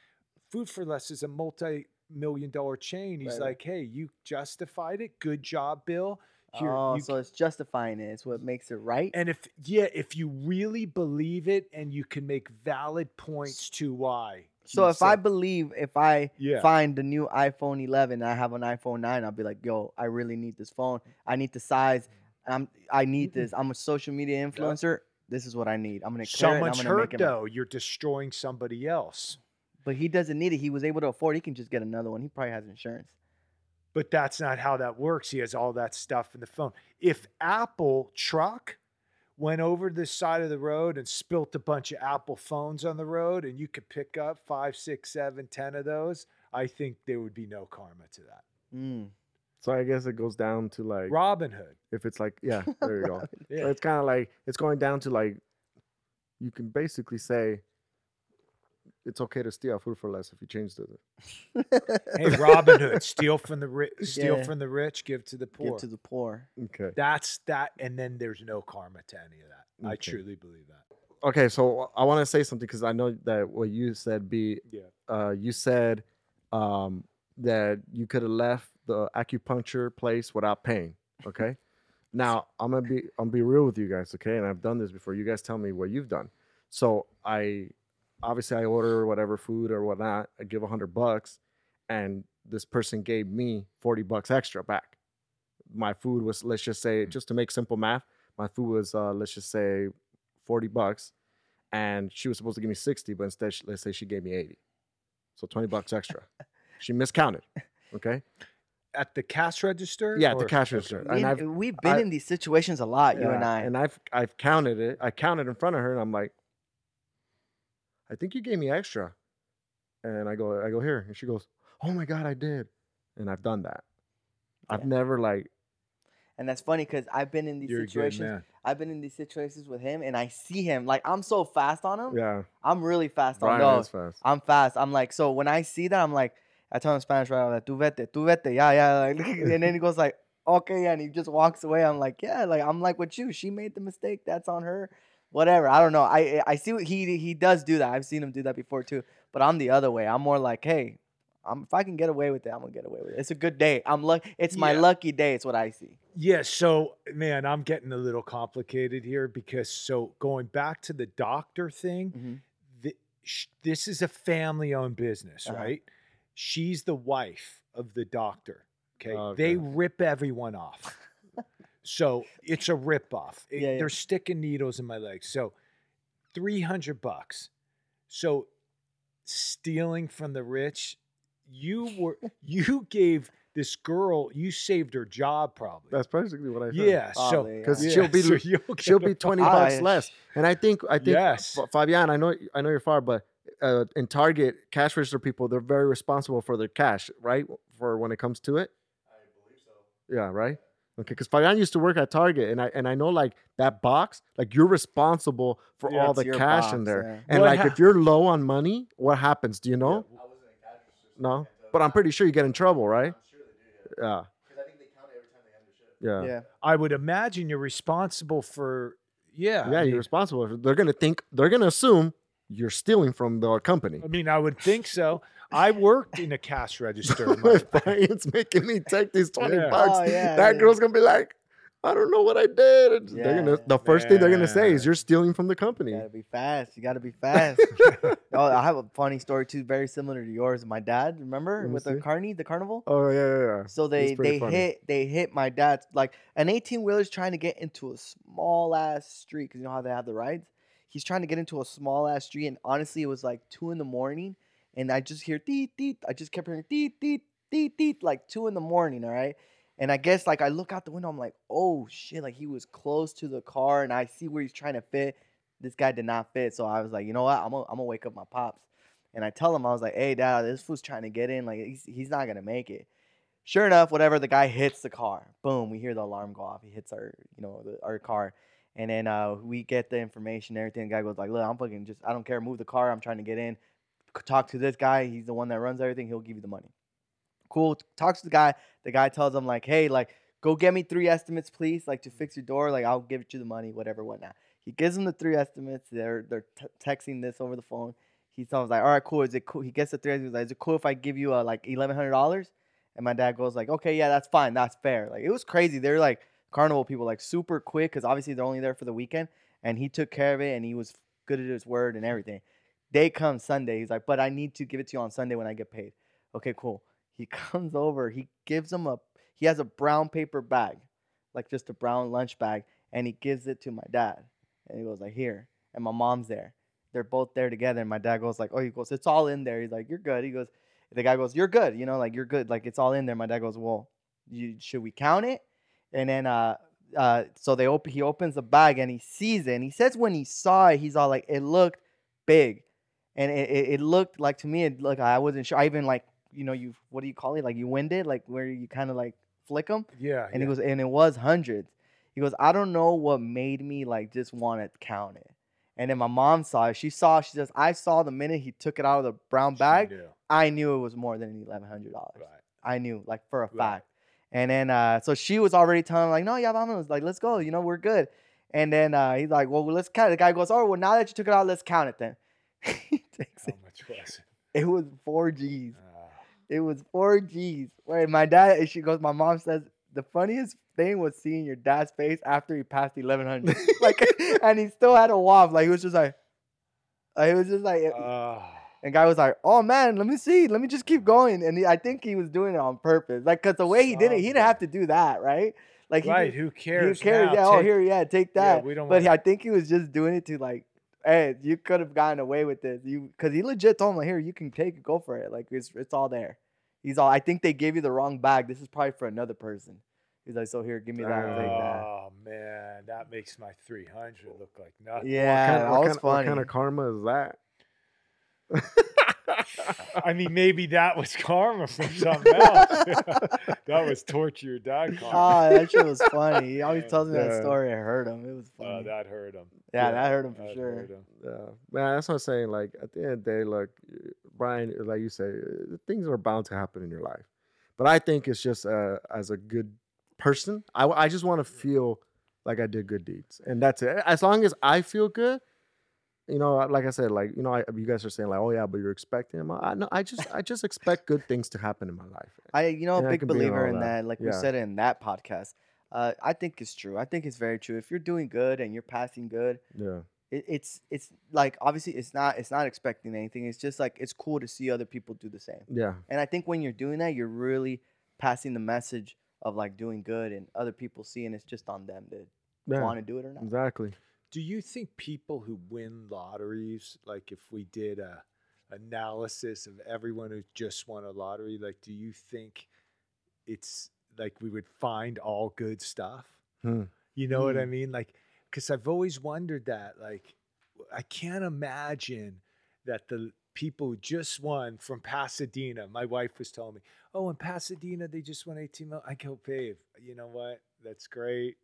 Speaker 5: Food for Less is a multi-million dollar chain. He's
Speaker 4: Right, right.
Speaker 5: like, "Hey, you justified it. Good job, Bill." Here,
Speaker 4: oh,
Speaker 5: you
Speaker 4: so it's justifying it. It's what makes it right.
Speaker 5: and if yeah, if you really believe it and you can make valid points to why.
Speaker 4: so
Speaker 5: he
Speaker 4: if I
Speaker 5: said-
Speaker 4: believe, if I
Speaker 5: Yeah.
Speaker 4: find the new iPhone 11, I have an iPhone 9, I'll be like, yo, I really need this phone. I need the size. I'm, I need
Speaker 5: Mm-hmm.
Speaker 4: this. I'm a social media influencer. This is what I need. I'm gonna clear it. and
Speaker 5: someone's
Speaker 4: I'm gonna
Speaker 5: hurt
Speaker 4: make it. my-
Speaker 5: though, you're destroying somebody else.
Speaker 4: But he doesn't need it. He was able to afford. He can just get another one. He probably has insurance.
Speaker 5: but that's not how that works. He has all that stuff in the phone. If Apple truck went over the side of the road and spilt a bunch of Apple phones on the road, and you could pick up five, six, seven, ten of those, I think there would be no karma to that.
Speaker 4: Mm.
Speaker 3: So I guess it goes down to like
Speaker 5: Robin Hood.
Speaker 3: if it's like yeah, there you go.
Speaker 5: Yeah.
Speaker 3: So it's kind of like it's going down to like you can basically say it's okay to steal food for less if you change the
Speaker 5: Hey, Robin Hood, steal from the rich, steal
Speaker 4: Yeah.
Speaker 5: from the rich, give to the poor.
Speaker 4: Give to the poor.
Speaker 3: okay.
Speaker 5: that's that, and then there's no karma to any of that. I
Speaker 3: Okay.
Speaker 5: truly believe that.
Speaker 3: Okay, so I want to say something because I know that what you said be
Speaker 5: Yeah.
Speaker 3: uh, you said um, that you could have left the acupuncture place without paying. Okay. now I'm gonna be I'm gonna be real with you guys. Okay, and I've done this before. You guys tell me what you've done. So I obviously I order whatever food or whatnot. I give a hundred bucks, and this person gave me forty bucks extra back. My food was let's just say just to make simple math. My food was uh, let's just say forty bucks, and she was supposed to give me sixty, but instead she, let's say she gave me eighty. So 20 bucks extra. she miscounted. Okay.
Speaker 5: At the cash register?
Speaker 3: Yeah, at the
Speaker 5: or-
Speaker 3: cash
Speaker 5: okay.
Speaker 3: register.
Speaker 4: We,
Speaker 3: And I've
Speaker 4: we've been
Speaker 3: I-
Speaker 4: in these situations a lot, you and
Speaker 3: yeah,
Speaker 4: I.
Speaker 3: And I've I've counted it. I counted in front of her and I'm like, I think you gave me extra. And I go, I go here. And she goes, Oh my God, I did. And I've done that. I've
Speaker 4: Yeah.
Speaker 3: never like
Speaker 4: and that's funny because I've been in these
Speaker 5: You're a good
Speaker 4: situations.
Speaker 5: man.
Speaker 4: I've been in these situations with him, and I see him. Like I'm so fast on him.
Speaker 3: yeah.
Speaker 4: I'm really fast on
Speaker 3: Brian
Speaker 4: those.
Speaker 3: is fast.
Speaker 4: I'm fast. I'm like, so when I see that, I'm like, I tell him in Spanish right away, tu vete, tu vete, yeah, yeah. Like, and then he goes like, okay, and he just walks away. I'm like, yeah, like I'm like with you. She made the mistake. That's on her. Whatever. I don't know. I I see what he he does do that. I've seen him do that before too. But I'm the other way. I'm more like, hey, I'm, if I can get away with it, I'm gonna get away with it. It's a good day. I'm luck. It's my
Speaker 5: Yeah.
Speaker 4: lucky day. It's what I see.
Speaker 5: Yeah, so man, I'm getting a little complicated here because so going back to the doctor thing,
Speaker 4: Mhm.
Speaker 5: th- sh- this is a family owned business,
Speaker 4: Uh-huh.
Speaker 5: right? She's the wife of the doctor. Okay.
Speaker 3: Oh,
Speaker 5: They
Speaker 3: okay.
Speaker 5: rip everyone off. so it's a rip off. It-
Speaker 4: Yeah, yeah.
Speaker 5: They're sticking needles in my legs. So 300 bucks. So stealing from the rich, you were, you gave this girl, you saved her job probably.
Speaker 3: That's basically what I said.
Speaker 5: Yeah, so
Speaker 4: Probably,
Speaker 3: 'Cause
Speaker 4: Oh, yeah. Ah,
Speaker 3: she'll be-
Speaker 5: you'll get
Speaker 3: She'll
Speaker 5: a
Speaker 3: be
Speaker 5: fu-
Speaker 3: 20
Speaker 4: I-
Speaker 3: bucks less. And I think I think
Speaker 5: Yes.
Speaker 3: Fa- Fabian, I know I know you're far, but uh, in Target, cash register people, they're very responsible for their cash, right? For when it comes to it. I believe so. Yeah, right. Okay, because Fabian used to work at Target, and I and I know like that box, like you're responsible for
Speaker 4: Yeah,
Speaker 3: all
Speaker 4: it's
Speaker 3: the
Speaker 4: your
Speaker 3: cash in
Speaker 4: box,
Speaker 3: there.
Speaker 4: yeah.
Speaker 3: And
Speaker 5: What
Speaker 3: like,
Speaker 5: hap-
Speaker 3: if you're low on money, what happens? Do you know? No, but I'm pretty sure you get in trouble, right? Yeah. Yeah. Yeah.
Speaker 4: yeah.
Speaker 5: I would imagine you're responsible for. Yeah. I mean,
Speaker 3: you're responsible. They're gonna think. They're gonna assume you're stealing from the company.
Speaker 5: I mean, I would think so. I worked in a cash register. in my-
Speaker 3: if Brian's making me take these 20
Speaker 5: Yeah.
Speaker 3: bucks,
Speaker 4: Oh, yeah,
Speaker 3: that
Speaker 4: yeah.
Speaker 3: girl's gonna be like, I don't know what I did. And
Speaker 4: Yeah.
Speaker 3: they're gonna, the first thing they're gonna say is,
Speaker 5: Man.
Speaker 3: You're stealing from the company.
Speaker 4: You gotta be fast. You gotta be fast. oh, I have a funny story too, very similar to yours. My dad, remember
Speaker 3: Let me
Speaker 4: with the
Speaker 3: see.
Speaker 4: carney, the carnival.
Speaker 3: Oh, yeah, yeah, yeah.
Speaker 4: So they
Speaker 3: pretty
Speaker 4: they
Speaker 3: funny.
Speaker 4: hit they hit my dad's like an eighteen wheeler's trying to get into a small ass street because you know how they have the rides. He's trying to get into a small ass street, and honestly, it was like two in the morning, and I just hear deet deet. I just kept hearing deet deet deet deet like two in the morning. All right, and I guess like I look out the window, I'm like, oh shit, like he was close to the car, and I see where he's trying to fit. This guy did not fit, so I was like, you know what, I'm gonna, I'm gonna wake up my pops, and I tell him I was like, hey dad, this fool's trying to get in, like he's, he's not gonna make it sure enough, whatever, the guy hits the car. Boom, we hear the alarm go off. He hits our, you know, the, our car. And then uh, we get the information, and everything. The guy goes like, "Look, I'm fucking just, I don't care. Move the car. I'm trying to get in. C- Talk to this guy. He's the one that runs everything. He'll give you the money." Cool. Talks to the guy. The guy tells him like, "Hey, like, go get me three estimates, please. Like to fix your door. Like I'll give you the money, whatever, whatnot." He gives him the three estimates. They're they're t- texting this over the phone. He sounds like, "All right, cool. Is it cool?" He gets the three estimates. Like, Is it cool if I give you uh, like eleven hundred dollars? And my dad goes like, okay, yeah, that's fine, that's fair. Like it was crazy. They're like carnival people, like super quick, because obviously they're only there for the weekend. And he took care of it, and he was good at his word and everything. Day comes Sunday, he's like, but I need to give it to you on Sunday when I get paid. Okay, cool. He comes over, he gives him a, he has a brown paper bag, like just a brown lunch bag, and he gives it to my dad, and he goes like, here. And my mom's there. They're both there together, and my dad goes like, oh, he goes, it's all in there. He's like, you're good. He goes the guy goes, "You're good," you know, like you're good, like it's all in there. My dad goes, "Well, you, should we count it?" And then, uh, uh, so they open. He opens the bag and he sees it. And he says, when he saw it, he's all like, "It looked big," and it, it, it looked like to me, it looked. I wasn't sure. I even like, you know, you what do you call it? Like you wind it, like where you kind of like flick them
Speaker 5: yeah.
Speaker 4: and
Speaker 5: Uh, yeah.
Speaker 4: he goes and it was hundreds he goes i don't know what made me like just want to count it and then my mom saw it she saw she says i saw the minute he took it out of the brown
Speaker 5: She
Speaker 4: bag
Speaker 5: knew.
Speaker 4: i knew it was more than $1100
Speaker 5: Right.
Speaker 4: i knew like for a
Speaker 5: Right.
Speaker 4: fact and then uh so she was already telling him like no yeah vamos like let's go you know we're good and then uh he's like well let's count it. the guy goes oh well now that you took it out let's count it then he takes
Speaker 5: How
Speaker 4: it
Speaker 5: much was it?
Speaker 4: it was four g's
Speaker 5: Ah,
Speaker 4: it was four G's. Wait, my dad. and She goes. My mom says the funniest thing was seeing your dad's face after he passed eleven hundred. like, and he still had a waff. Like he was just like, like, it was just like.
Speaker 5: ah.
Speaker 4: and guy was like, "Oh man, let me see. Let me just keep going." And he, I think he was doing it on purpose. Like, cause the way he did it, he didn't have to do that, right? Like, he
Speaker 5: right.
Speaker 4: just-
Speaker 5: Who cares?
Speaker 4: Who cares?
Speaker 5: now?
Speaker 4: yeah. oh,
Speaker 5: Take-
Speaker 4: here, yeah. Take
Speaker 5: Yeah,
Speaker 4: that.
Speaker 5: we don't
Speaker 4: but
Speaker 5: want-
Speaker 4: I think he was just doing it to like, hey, you could have gotten away with this. You because he legit told him, like, here, you can take it, go for it. Like it's it's all there. He's all. I think they gave you the wrong bag. This is probably for another person. He's like, so here, give me that. Take that.
Speaker 5: Oh man, that makes my 300 look like nothing.
Speaker 4: Yeah,
Speaker 3: Kinda- what
Speaker 4: that was
Speaker 3: kinda- What
Speaker 4: funny.
Speaker 3: kind of karma is that?
Speaker 5: I mean, maybe that was karma from something else. that was torture your dad karma.
Speaker 4: oh, that shit was funny. He always tells me that
Speaker 3: Yeah.
Speaker 4: story. It hurt him. It was
Speaker 5: Uh,
Speaker 4: funny.
Speaker 5: that hurt him.
Speaker 4: yeah, that hurt him for
Speaker 5: that
Speaker 4: sure.
Speaker 5: hurt him.
Speaker 3: Yeah, man, that's what I'm saying. Like at the end of the day, look, uh, Brian, like you say, uh, things are bound to happen in your life. But I think it's just uh, as a good person, I, w- I just want to feel like I did good deeds, and that's it. As long as I feel good, you know, like I said, like you know, I, you guys are saying like, oh yeah, but you're expecting them. I no, I just I just expect good things to happen in my life.
Speaker 4: I you know a
Speaker 3: Yeah, I
Speaker 4: big
Speaker 3: can be in
Speaker 4: believer
Speaker 3: all
Speaker 4: in
Speaker 3: that.
Speaker 4: that. Like we
Speaker 3: Yeah.
Speaker 4: said in that podcast, uh, I think it's true. I think it's very true. If you're doing good and you're passing good,
Speaker 3: Yeah,
Speaker 4: it, it's it's like obviously it's not it's not expecting anything. It's just like it's cool to see other people do the same.
Speaker 3: yeah,
Speaker 4: And I think when you're doing that, you're really passing the message of like doing good and other people seeing it's just on them to
Speaker 3: yeah,
Speaker 4: want to do it or not.
Speaker 3: exactly.
Speaker 5: Do you think people who win lotteries, like if we did a analysis of everyone who just won a lottery, like do you think it's like we would find all good stuff?
Speaker 3: Hmm.
Speaker 5: You know what I mean? Like, because I've always wondered that. Like, I can't imagine that the people who just won from Pasadena. My wife was telling me, "Oh, in Pasadena they just won 18 million. I go, "Babe, you know what? That's great.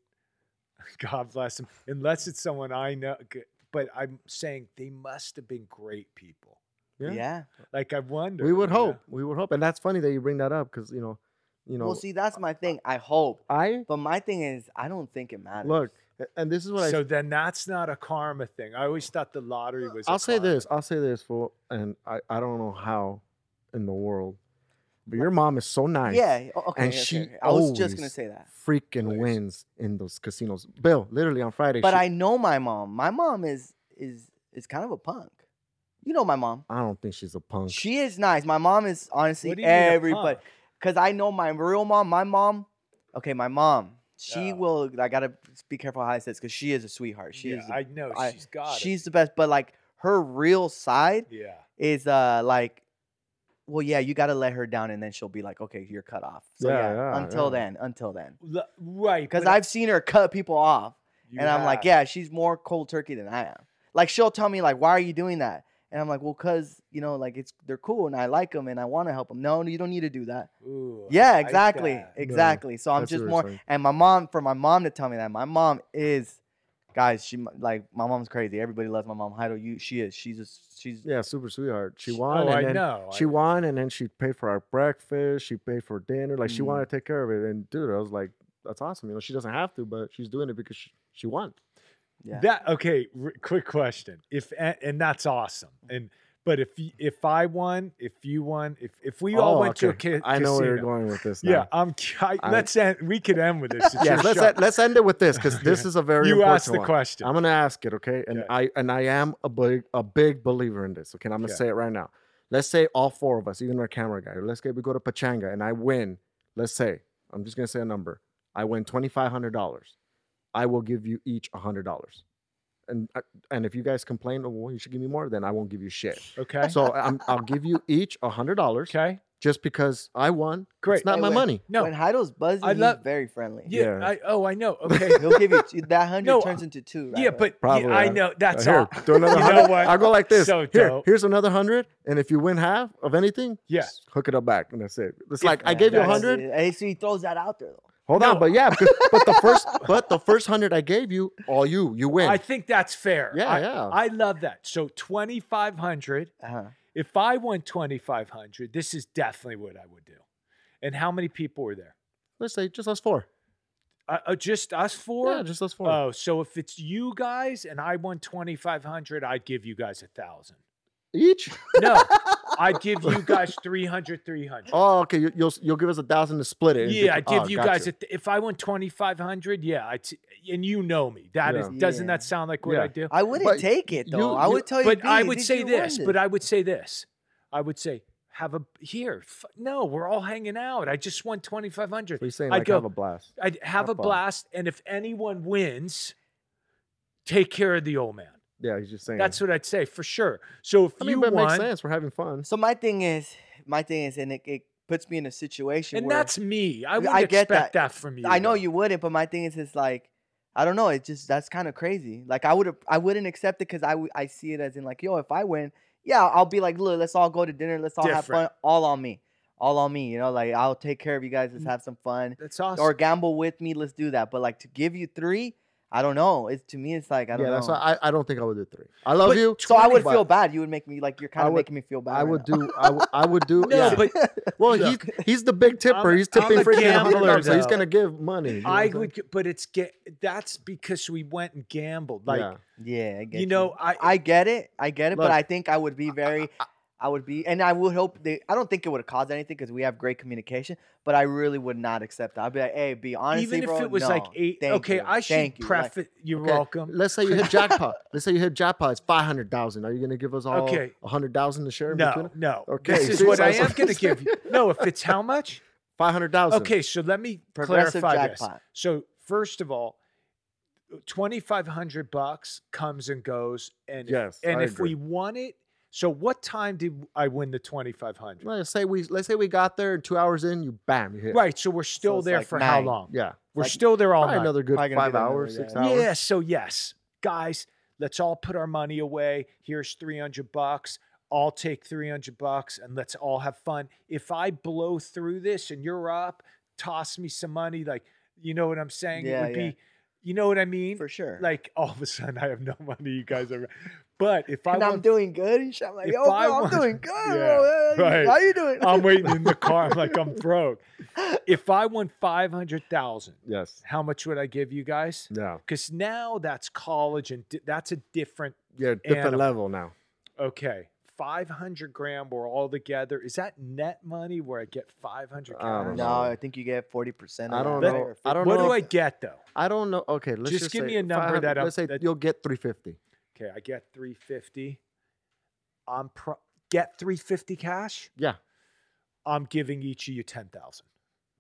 Speaker 5: God bless them. Unless it's someone I know, g- but I'm saying they must have been great people.
Speaker 4: Yeah.
Speaker 5: Like I wonder.
Speaker 3: We would
Speaker 5: you know?
Speaker 3: hope. We would hope. And that's funny that you bring that up because you know, you know,
Speaker 4: well, see, that's my thing. I hope.
Speaker 3: I
Speaker 4: But my thing is, I don't think it matters.
Speaker 3: look, a- and this is what I.
Speaker 5: So then that's not a karma thing. I always thought the lottery was. a
Speaker 3: Uh, I'll say
Speaker 5: karma.
Speaker 3: this. I'll say this for, and I I don't know how in the world, but your mom is so nice.
Speaker 4: Yeah. o- Okay.
Speaker 3: and
Speaker 4: okay,
Speaker 3: she
Speaker 4: okay. I was just gonna
Speaker 3: always
Speaker 4: say that.
Speaker 3: Freaking
Speaker 5: Always.
Speaker 3: wins in those casinos. Bill, literally on Friday.
Speaker 4: But
Speaker 3: she-
Speaker 4: I know my mom. My mom is is is kind of a punk. You know my mom.
Speaker 3: I don't think she's a punk.
Speaker 4: She is nice. My mom is honestly
Speaker 5: What do you mean a
Speaker 4: everybody.
Speaker 5: punk?
Speaker 4: Because I know my real mom. My mom. Okay, my mom. She
Speaker 5: Yeah.
Speaker 4: will. I gotta be careful how I say this because she is a sweetheart. She
Speaker 5: Yeah,
Speaker 4: is. the-
Speaker 5: I know
Speaker 4: I-
Speaker 5: she's got.
Speaker 4: she's the best. But like her real side
Speaker 5: it. Yeah.
Speaker 4: is uh like well yeah you got to let her down and then she'll be like okay you're cut off so
Speaker 3: Yeah,
Speaker 4: yeah,
Speaker 3: yeah,
Speaker 4: until
Speaker 3: yeah.
Speaker 4: then until then
Speaker 5: L- right.
Speaker 4: because
Speaker 5: but
Speaker 4: i've seen her cut people off
Speaker 5: you
Speaker 4: and i'm like
Speaker 5: have-
Speaker 4: yeah she's more cold turkey than i am like she'll tell me like why are you doing that and i'm like well because you know like it's they're cool and i like them and i want to help them no no, you don't need to do that
Speaker 5: Ooh, I
Speaker 4: yeah
Speaker 5: like
Speaker 4: exactly
Speaker 5: that.
Speaker 4: exactly so i'm
Speaker 3: that's what
Speaker 4: just
Speaker 3: we're
Speaker 4: more
Speaker 3: saying.
Speaker 4: and my mom for my mom to tell me that my mom is guys she like my mom's crazy everybody loves my mom Heido, you she is she's just she's
Speaker 3: Yeah, super sweetheart. She
Speaker 5: Sh-
Speaker 3: won.
Speaker 5: oh,
Speaker 3: and
Speaker 5: I
Speaker 3: then
Speaker 5: know,
Speaker 3: She
Speaker 5: I-
Speaker 3: won, and then she paid for our breakfast. She paid for dinner. Like she
Speaker 5: Mm-hmm.
Speaker 4: Mm.
Speaker 3: wanted to take care of it. And dude, I was like, that's awesome. You know, she doesn't have to, but she's doing it because she, she won.
Speaker 4: yeah
Speaker 5: That okay? R- quick question. If and, and that's awesome.
Speaker 3: Mm.
Speaker 5: And but if y- if I won, if you won, if if we all
Speaker 3: Oh,
Speaker 5: went to a
Speaker 3: okay.
Speaker 5: ca-
Speaker 3: I know where you're
Speaker 5: casino-
Speaker 3: going with this.
Speaker 5: Yeah,
Speaker 3: Now.
Speaker 5: I'm. ki- I,
Speaker 3: I-
Speaker 5: let's end. We could end with this. It's
Speaker 3: Yeah.
Speaker 5: your
Speaker 3: let's
Speaker 5: show.
Speaker 3: end, let's end it with this because this
Speaker 5: Yeah.
Speaker 3: is a very
Speaker 5: you
Speaker 3: important
Speaker 5: asked the
Speaker 3: one.
Speaker 5: question.
Speaker 3: I'm gonna ask it, okay? And
Speaker 5: Okay.
Speaker 3: I and I am a big a big believer in this. Okay, and I'm gonna
Speaker 5: Okay.
Speaker 3: say it right now. Let's say all four of us, even our camera guy, let's say we go to Pachanga and I win. Let's say I'm just gonna say a number. I win twenty five hundred dollars. I will give you each hundred dollars. And I- and if you guys complain, oh, well, you should give me more, then I won't give you shit.
Speaker 5: okay.
Speaker 3: So I'm, I'll give you each hundred dollars
Speaker 5: okay.
Speaker 3: just because I won.
Speaker 5: Great.
Speaker 3: It's not
Speaker 4: Hey,
Speaker 3: my
Speaker 4: wait.
Speaker 3: money.
Speaker 5: no.
Speaker 4: When Heidel's buzzing,
Speaker 5: I love-
Speaker 4: he's very friendly.
Speaker 5: yeah,
Speaker 3: Yeah.
Speaker 5: I, oh, I know. Okay.
Speaker 4: He'll give you two, that hundred
Speaker 5: No,
Speaker 4: turns into two. Right
Speaker 5: yeah, but
Speaker 3: Probably,
Speaker 5: yeah, I
Speaker 3: uh,
Speaker 5: know that's
Speaker 3: Here,
Speaker 5: all.
Speaker 3: do another
Speaker 5: You know
Speaker 3: hundred.
Speaker 5: what?
Speaker 3: I'll go like this.
Speaker 5: So
Speaker 3: Here,
Speaker 5: dope.
Speaker 3: here's another hundred, and if you win half of anything,
Speaker 5: Yeah.
Speaker 3: just hook it up back, and that's it. It's
Speaker 5: Yeah,
Speaker 3: like I gave you a
Speaker 5: that's-
Speaker 3: hundred.
Speaker 4: Hey, so he throws that out there though.
Speaker 3: Hold on,
Speaker 5: No.
Speaker 3: but yeah, because, but the first, but the first hundred I gave you, all you, you win.
Speaker 5: I think that's fair.
Speaker 3: Yeah,
Speaker 5: I,
Speaker 3: yeah.
Speaker 5: I love that. So twenty five hundred.
Speaker 4: Uh-huh.
Speaker 5: If I won twenty five hundred, this is definitely what I would do. And how many people were there?
Speaker 3: Let's say just us four.
Speaker 5: Uh, uh, just us four.
Speaker 3: Yeah, just us four.
Speaker 5: Oh, so if it's you guys and I won twenty five hundred, I'd give you guys a thousand.
Speaker 3: Each.
Speaker 5: No, I'd give you guys 300, 300.
Speaker 3: Oh, okay. You, you'll you'll give us a thousand to split it.
Speaker 5: yeah, I'd
Speaker 3: Oh,
Speaker 5: give you
Speaker 3: gotcha.
Speaker 5: guys a th- if I won twenty five hundred. Yeah, I t- and you know me. That is-
Speaker 3: Yeah.
Speaker 5: doesn't
Speaker 4: Yeah.
Speaker 5: that sound like what
Speaker 3: Yeah.
Speaker 5: I do?
Speaker 4: I wouldn't
Speaker 3: But
Speaker 4: take it though.
Speaker 3: you-
Speaker 4: I
Speaker 3: you-
Speaker 4: would tell you.
Speaker 5: but I
Speaker 4: "Dude,
Speaker 5: would
Speaker 4: did
Speaker 5: say
Speaker 4: you
Speaker 5: this.
Speaker 4: win
Speaker 5: But I would say this. I would say have a here. F- no, we're all hanging out. I just won twenty five hundred.
Speaker 3: So you're saying
Speaker 5: I'd
Speaker 3: like
Speaker 5: go.
Speaker 3: have a blast.
Speaker 5: I'd have
Speaker 3: have
Speaker 5: a
Speaker 3: fun.
Speaker 5: blast, and if anyone wins, take care of the old man.
Speaker 3: Yeah, he's just saying.
Speaker 5: That's what I'd say for sure. So if
Speaker 3: I
Speaker 5: you
Speaker 3: mean, but it
Speaker 5: won,
Speaker 3: makes sense. We're having fun.
Speaker 4: So my thing is, my thing is, and it, it puts me in a situation
Speaker 5: and
Speaker 4: where
Speaker 5: that's me. I
Speaker 4: I
Speaker 5: would
Speaker 4: get
Speaker 5: expect
Speaker 4: that.
Speaker 5: that. from you.
Speaker 4: I know
Speaker 5: though.
Speaker 4: you wouldn't, but my thing is, it's like I don't know. It's just that's kind of crazy. Like I would, I wouldn't accept it because I would- I see it as in like, yo, if I win, yeah, I'll be like, look, let's all go to dinner, let's all have fun,
Speaker 5: Different.
Speaker 4: all on me, all on me. You know, like I'll take care of you guys, let's have some fun,
Speaker 5: That's awesome.
Speaker 4: or gamble with me, let's do that. But like to give you three, I don't know. It's to me, it's like I
Speaker 3: Yeah,
Speaker 4: don't know.
Speaker 3: that's why I, I don't think I would do three. I love
Speaker 5: But
Speaker 3: you.
Speaker 4: so I would
Speaker 3: but
Speaker 4: feel bad. You would make me like you're kind
Speaker 3: I
Speaker 4: of
Speaker 3: would-
Speaker 4: making me feel bad.
Speaker 3: I
Speaker 4: right
Speaker 3: would
Speaker 4: now.
Speaker 3: do. I would- I would do.
Speaker 5: No,
Speaker 3: yeah.
Speaker 5: but
Speaker 3: Well, he's,
Speaker 5: Look.
Speaker 3: he's the big tipper.
Speaker 5: I'm-
Speaker 3: he's
Speaker 5: I'm
Speaker 3: tipping
Speaker 5: a
Speaker 3: freaking
Speaker 5: gambler,
Speaker 3: hundred, so he's
Speaker 5: though.
Speaker 3: gonna give money. you know what
Speaker 5: I
Speaker 3: I'm saying?
Speaker 5: would, but it's get that's because we went and gambled. Like
Speaker 3: Yeah.
Speaker 4: Yeah, I get
Speaker 5: you know, I,
Speaker 4: I get it. I get it,
Speaker 3: Look,
Speaker 4: but I think I would be very. I would be, and I would hope they. I don't think it would have caused anything because we have great communication. But I really would not accept that. I'd be like, "Hey, be honest,
Speaker 5: even if
Speaker 4: bro,
Speaker 5: it was
Speaker 4: no,
Speaker 5: like eight.
Speaker 4: thank
Speaker 5: Okay,
Speaker 4: you,
Speaker 5: I should
Speaker 4: thank you, like,
Speaker 5: preface. you're
Speaker 3: Okay,
Speaker 5: welcome.
Speaker 3: Let's say you hit jackpot. Let's say you hit jackpot. It's five hundred thousand. Are you gonna give us all
Speaker 5: Okay.
Speaker 3: a hundred thousand to share? in
Speaker 5: No,
Speaker 3: between?
Speaker 5: no.
Speaker 3: Okay,
Speaker 5: this is
Speaker 3: see,
Speaker 5: what
Speaker 3: so-
Speaker 5: I am going to give you. No, if it's how much?
Speaker 3: five hundred thousand.
Speaker 5: Okay, so let me
Speaker 4: Progressive
Speaker 5: clarify this.
Speaker 4: jackpot.
Speaker 5: So first of all, twenty five hundred bucks comes and goes, and if-
Speaker 3: Yes,
Speaker 5: and
Speaker 3: I
Speaker 5: if
Speaker 3: agree.
Speaker 5: we won it, so what time did I win the twenty five hundred?
Speaker 3: Let's say we let's say we got there and two hours in, you bam, you hit.
Speaker 5: Right, so we're still
Speaker 4: it's
Speaker 5: there
Speaker 4: like
Speaker 5: for how
Speaker 4: nine.
Speaker 5: long?
Speaker 3: Yeah.
Speaker 5: We're
Speaker 4: Like,
Speaker 5: still there all
Speaker 3: Probably
Speaker 5: night.
Speaker 3: another good
Speaker 4: Probably gonna be
Speaker 3: five
Speaker 4: there
Speaker 3: hours,
Speaker 4: another-
Speaker 3: six
Speaker 4: yeah.
Speaker 3: hours.
Speaker 5: Yeah, so yes, guys, let's all put our money away. Here's 300 bucks. I'll take 300 bucks and let's all have fun. If I blow through this and you're up, toss me some money like You know what I'm saying?
Speaker 4: Yeah,
Speaker 5: it would
Speaker 4: yeah.
Speaker 5: be, you know what I mean?
Speaker 4: for sure.
Speaker 5: Like all of a sudden, I have no money. You guys are, but if I
Speaker 4: and I'm
Speaker 5: want,
Speaker 4: doing good. and shit. I'm like,
Speaker 5: if
Speaker 4: yo,
Speaker 5: I
Speaker 4: bro, I'm
Speaker 5: want-
Speaker 4: doing good,
Speaker 5: Yeah,
Speaker 4: bro.
Speaker 5: right.
Speaker 4: How you doing?
Speaker 5: I'm waiting in the car. I'm like, I'm broke. If I won five hundred thousand,
Speaker 3: Yes.
Speaker 5: how much would I give you guys?
Speaker 3: Yeah.
Speaker 5: Because now that's college and di- that's a different.
Speaker 3: Yeah. Different
Speaker 5: Animal.
Speaker 3: level now.
Speaker 5: Okay, five hundred grand. We're all together. Is that net money where I get five hundred?
Speaker 3: I don't
Speaker 4: No, I think you get forty percent.
Speaker 3: I don't
Speaker 5: That-
Speaker 3: know. I don't
Speaker 5: What
Speaker 3: know.
Speaker 5: do I
Speaker 3: if-
Speaker 5: get though?
Speaker 3: I don't know. Okay. Let's
Speaker 5: Just
Speaker 3: just,
Speaker 5: give
Speaker 3: say
Speaker 5: me a number
Speaker 3: 500
Speaker 5: that I'm-
Speaker 3: Let's say
Speaker 5: that-
Speaker 3: you'll get 350.
Speaker 5: Okay, I get three fifty. I'm pro- get three fifty cash.
Speaker 3: Yeah.
Speaker 5: I'm giving each of you ten thousand.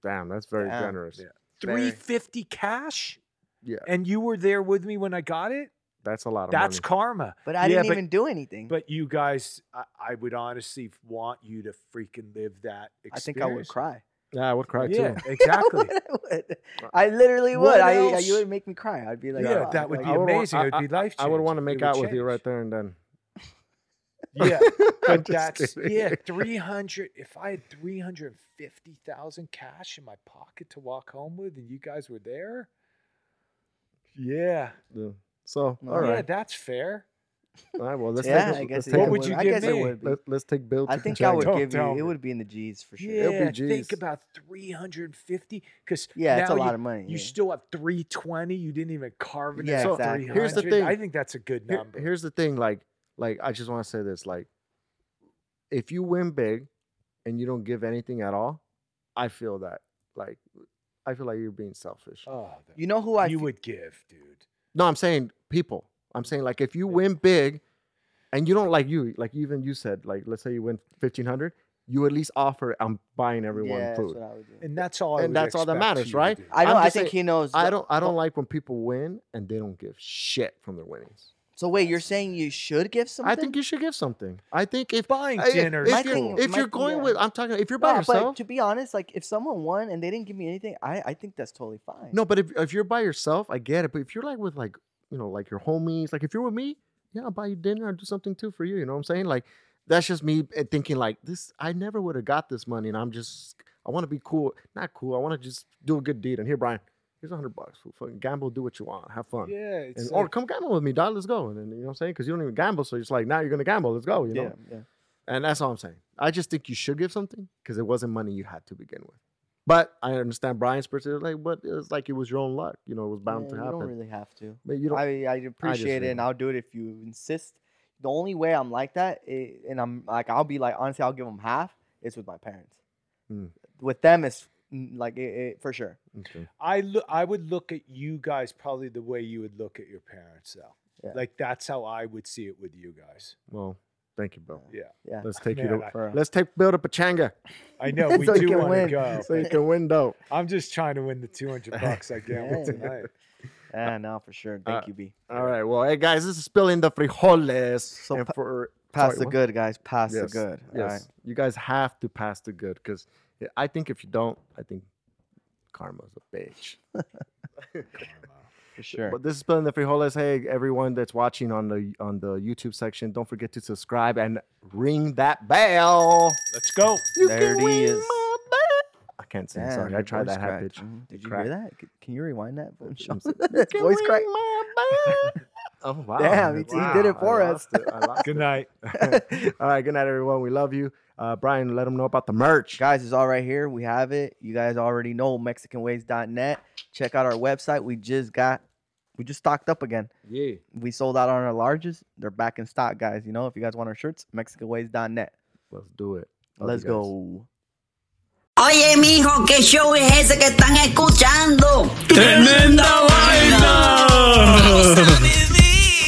Speaker 3: Damn. That's very
Speaker 4: Damn.
Speaker 3: generous.
Speaker 5: Yeah.
Speaker 4: Very.
Speaker 5: Three fifty cash,
Speaker 3: Yeah.
Speaker 5: and you were there with me when I got it.
Speaker 3: That's a lot of
Speaker 5: That's
Speaker 3: money.
Speaker 5: karma.
Speaker 4: But I
Speaker 5: Yeah,
Speaker 4: didn't
Speaker 5: but-
Speaker 4: even do
Speaker 3: Mm.
Speaker 4: anything.
Speaker 5: But you guys, I, I would honestly want you to freaking live that.
Speaker 4: I
Speaker 5: Experience.
Speaker 4: think I would cry.
Speaker 3: yeah. I would cry
Speaker 5: Yeah,
Speaker 3: too.
Speaker 5: exactly.
Speaker 4: I would. I literally
Speaker 5: What
Speaker 4: would. I, I
Speaker 5: else?
Speaker 4: you would make me cry. I'd be like, "Oh,
Speaker 5: yeah,
Speaker 4: "Wow."
Speaker 5: that would be
Speaker 3: I would want-
Speaker 5: amazing. it
Speaker 3: I-
Speaker 5: would be life.
Speaker 3: I would want to
Speaker 5: changing. It
Speaker 3: make
Speaker 5: would
Speaker 3: out with you
Speaker 5: change.
Speaker 3: right there and then.
Speaker 5: Yeah,
Speaker 3: I'm
Speaker 5: but
Speaker 3: just
Speaker 5: that's
Speaker 3: kidding.
Speaker 5: yeah, three hundred. If I had three hundred fifty thousand cash in my pocket to walk home with, and you guys were there, yeah,
Speaker 3: Yeah. So,
Speaker 4: No.
Speaker 3: all
Speaker 5: yeah,
Speaker 3: right.
Speaker 5: that's fair.
Speaker 3: All right. Well, let's
Speaker 4: yeah,
Speaker 3: take.
Speaker 4: I guess.
Speaker 3: let's take
Speaker 4: it
Speaker 5: What
Speaker 3: a-
Speaker 5: would you
Speaker 4: I
Speaker 5: give
Speaker 4: guess
Speaker 5: me?
Speaker 4: it would be.
Speaker 3: Let, let's take Bill.
Speaker 4: I
Speaker 3: to
Speaker 4: think
Speaker 3: check.
Speaker 4: I would
Speaker 5: Don't
Speaker 4: give
Speaker 5: tell
Speaker 4: you.
Speaker 5: me.
Speaker 4: It would be in the G's for sure.
Speaker 3: It'll be
Speaker 5: Yeah, think
Speaker 3: G's.
Speaker 5: about three hundred fifty. Because
Speaker 4: Yeah, it's a
Speaker 5: now
Speaker 4: lot
Speaker 5: you,
Speaker 4: of money.
Speaker 5: You
Speaker 4: yeah.
Speaker 5: still have three twenty. You didn't even carve it.
Speaker 4: Yeah,
Speaker 5: into
Speaker 4: exactly.
Speaker 3: Here's the
Speaker 5: 300.
Speaker 3: thing.
Speaker 5: I think that's a good
Speaker 3: Here-
Speaker 5: number.
Speaker 3: here's the thing, like, like I just want to say this, like, if you win big and you don't give anything at all, I feel that, like, I feel like you're being selfish.
Speaker 5: oh,
Speaker 4: You know who I?
Speaker 5: you
Speaker 4: fe-
Speaker 5: would give, dude.
Speaker 3: No, I'm saying people. I'm saying like if you win big, and you don't like you, like even you said, like let's say you win fifteen hundred, you at least offer I'm buying everyone
Speaker 4: yeah,
Speaker 3: food.
Speaker 4: That's what I would do.
Speaker 5: And that's all. I
Speaker 3: And
Speaker 5: would
Speaker 3: that's all that
Speaker 5: expect
Speaker 3: matters,
Speaker 5: you to
Speaker 3: right?
Speaker 5: do.
Speaker 4: I
Speaker 3: I'm
Speaker 4: know. I
Speaker 3: just
Speaker 4: think
Speaker 3: saying-
Speaker 4: he knows.
Speaker 3: I
Speaker 4: but-
Speaker 3: don't. I
Speaker 4: but-
Speaker 3: don't like when people win and they don't give shit from their winnings.
Speaker 4: So wait, you're saying you should give something?
Speaker 3: I think you should give something. I think if
Speaker 5: Buying
Speaker 3: I-
Speaker 5: dinner
Speaker 3: if,
Speaker 5: is
Speaker 4: My
Speaker 3: you're,
Speaker 4: thing-
Speaker 5: cool.
Speaker 3: if
Speaker 4: my
Speaker 3: you're
Speaker 4: thing-
Speaker 3: going
Speaker 4: yeah.
Speaker 3: with, I'm talking. If you're by
Speaker 4: No,
Speaker 3: yourself,
Speaker 4: but to be honest, like if someone won and they didn't give me anything, I, I think that's totally fine.
Speaker 3: No, but if, if you're by yourself, I get it. But if you're like with like you know like your homies, like if you're with me, yeah, I'll buy you dinner. I'll do something too for you. You know what I'm saying? Like that's just me uh, thinking like this. I never would have got this money, and I'm just I want to be cool, not cool. I want to just do a good deed. And here, Brian, here's a hundred bucks. Fool. Fucking gamble, do what you want, have fun.
Speaker 5: Yeah, it's
Speaker 3: And,
Speaker 5: like-
Speaker 3: or come gamble with me, dog. Let's go. And then, you know what I'm saying? Because you don't even gamble, so it's like now you're gonna gamble. Let's go. You know.
Speaker 4: yeah, yeah.
Speaker 3: And that's all I'm saying. I just think you should give something because it wasn't money you had to begin with. But I understand Brian's perspective, like, but it's like it was your own luck. You know, it was bound
Speaker 4: Yeah,
Speaker 3: to
Speaker 4: You
Speaker 3: happen.
Speaker 4: don't really have to.
Speaker 3: but you don't.
Speaker 4: I, I appreciate it,
Speaker 3: think-
Speaker 4: and I'll do it if you insist. The only way I'm like that, i and I'm like, I'll be like, honestly, I'll give them half. Is with my parents.
Speaker 3: Mm.
Speaker 4: With them, it's mm, like it, it, for sure.
Speaker 3: okay.
Speaker 5: I look. I would look at you guys probably the way you would look at your parents, though.
Speaker 4: Yeah.
Speaker 5: Like that's how I would see it with you guys.
Speaker 3: Well, thank you, Bill.
Speaker 5: Yeah,
Speaker 4: Yeah,
Speaker 3: Let's take you
Speaker 5: Man,
Speaker 3: to.
Speaker 5: I-
Speaker 4: for real.
Speaker 3: Let's take Bill to Pachanga
Speaker 5: I know we
Speaker 3: So you
Speaker 5: do
Speaker 3: can
Speaker 5: want to
Speaker 4: win.
Speaker 5: go.
Speaker 3: so you can win dope.
Speaker 5: I'm just trying to win the 200 bucks I gambled
Speaker 4: Yeah.
Speaker 5: tonight.
Speaker 4: Ah, no, for sure.
Speaker 3: uh,
Speaker 4: Thank you, B.
Speaker 3: All right. Well, hey guys, this is spilling the frijoles.
Speaker 4: So
Speaker 3: and
Speaker 4: pa-
Speaker 3: for
Speaker 4: Pass
Speaker 3: sorry,
Speaker 4: the
Speaker 3: what?
Speaker 4: good, guys. Pass
Speaker 3: Yes.
Speaker 4: the good.
Speaker 3: Yes.
Speaker 4: All right.
Speaker 3: You guys have to pass the good because I think if you don't, I think karma's a bitch.
Speaker 4: for sure.
Speaker 3: But this is Spilling the Frijoles. Hey, everyone that's watching on the on the YouTube section, don't forget to subscribe and ring that bell.
Speaker 5: Let's go.
Speaker 4: there it is.
Speaker 3: I can't sing.
Speaker 4: Damn,
Speaker 3: sorry, I
Speaker 4: your
Speaker 3: tried
Speaker 4: voice
Speaker 3: that half
Speaker 4: cracked.
Speaker 3: pitch.
Speaker 4: Mhm. Did you
Speaker 3: Cracked.
Speaker 4: hear that? C- Can you rewind that? Boom, Sean?
Speaker 3: You can
Speaker 4: voice
Speaker 3: ring
Speaker 4: crack.
Speaker 3: my bell. oh wow!
Speaker 4: Damn, he- he did it
Speaker 3: I
Speaker 4: for us.
Speaker 3: lost it. I lost
Speaker 5: Good
Speaker 3: it.
Speaker 5: night.
Speaker 3: All right, good night, everyone. We love you, uh, Brian. Let them know about the merch.
Speaker 4: Guys, it's all right here. We have it. You guys already know MexicanWays.net. Check out our website. We just got, we just stocked up again.
Speaker 3: Yeah.
Speaker 4: We sold out on our larges. They're back in stock, guys. You know, if you guys want our shirts, MexicanWays.net.
Speaker 3: Let's do it. Love
Speaker 4: Let's
Speaker 3: you guys.
Speaker 4: go.
Speaker 7: Oye, mijo, ¿qué show es ese que están escuchando? ¡Tremenda vaina!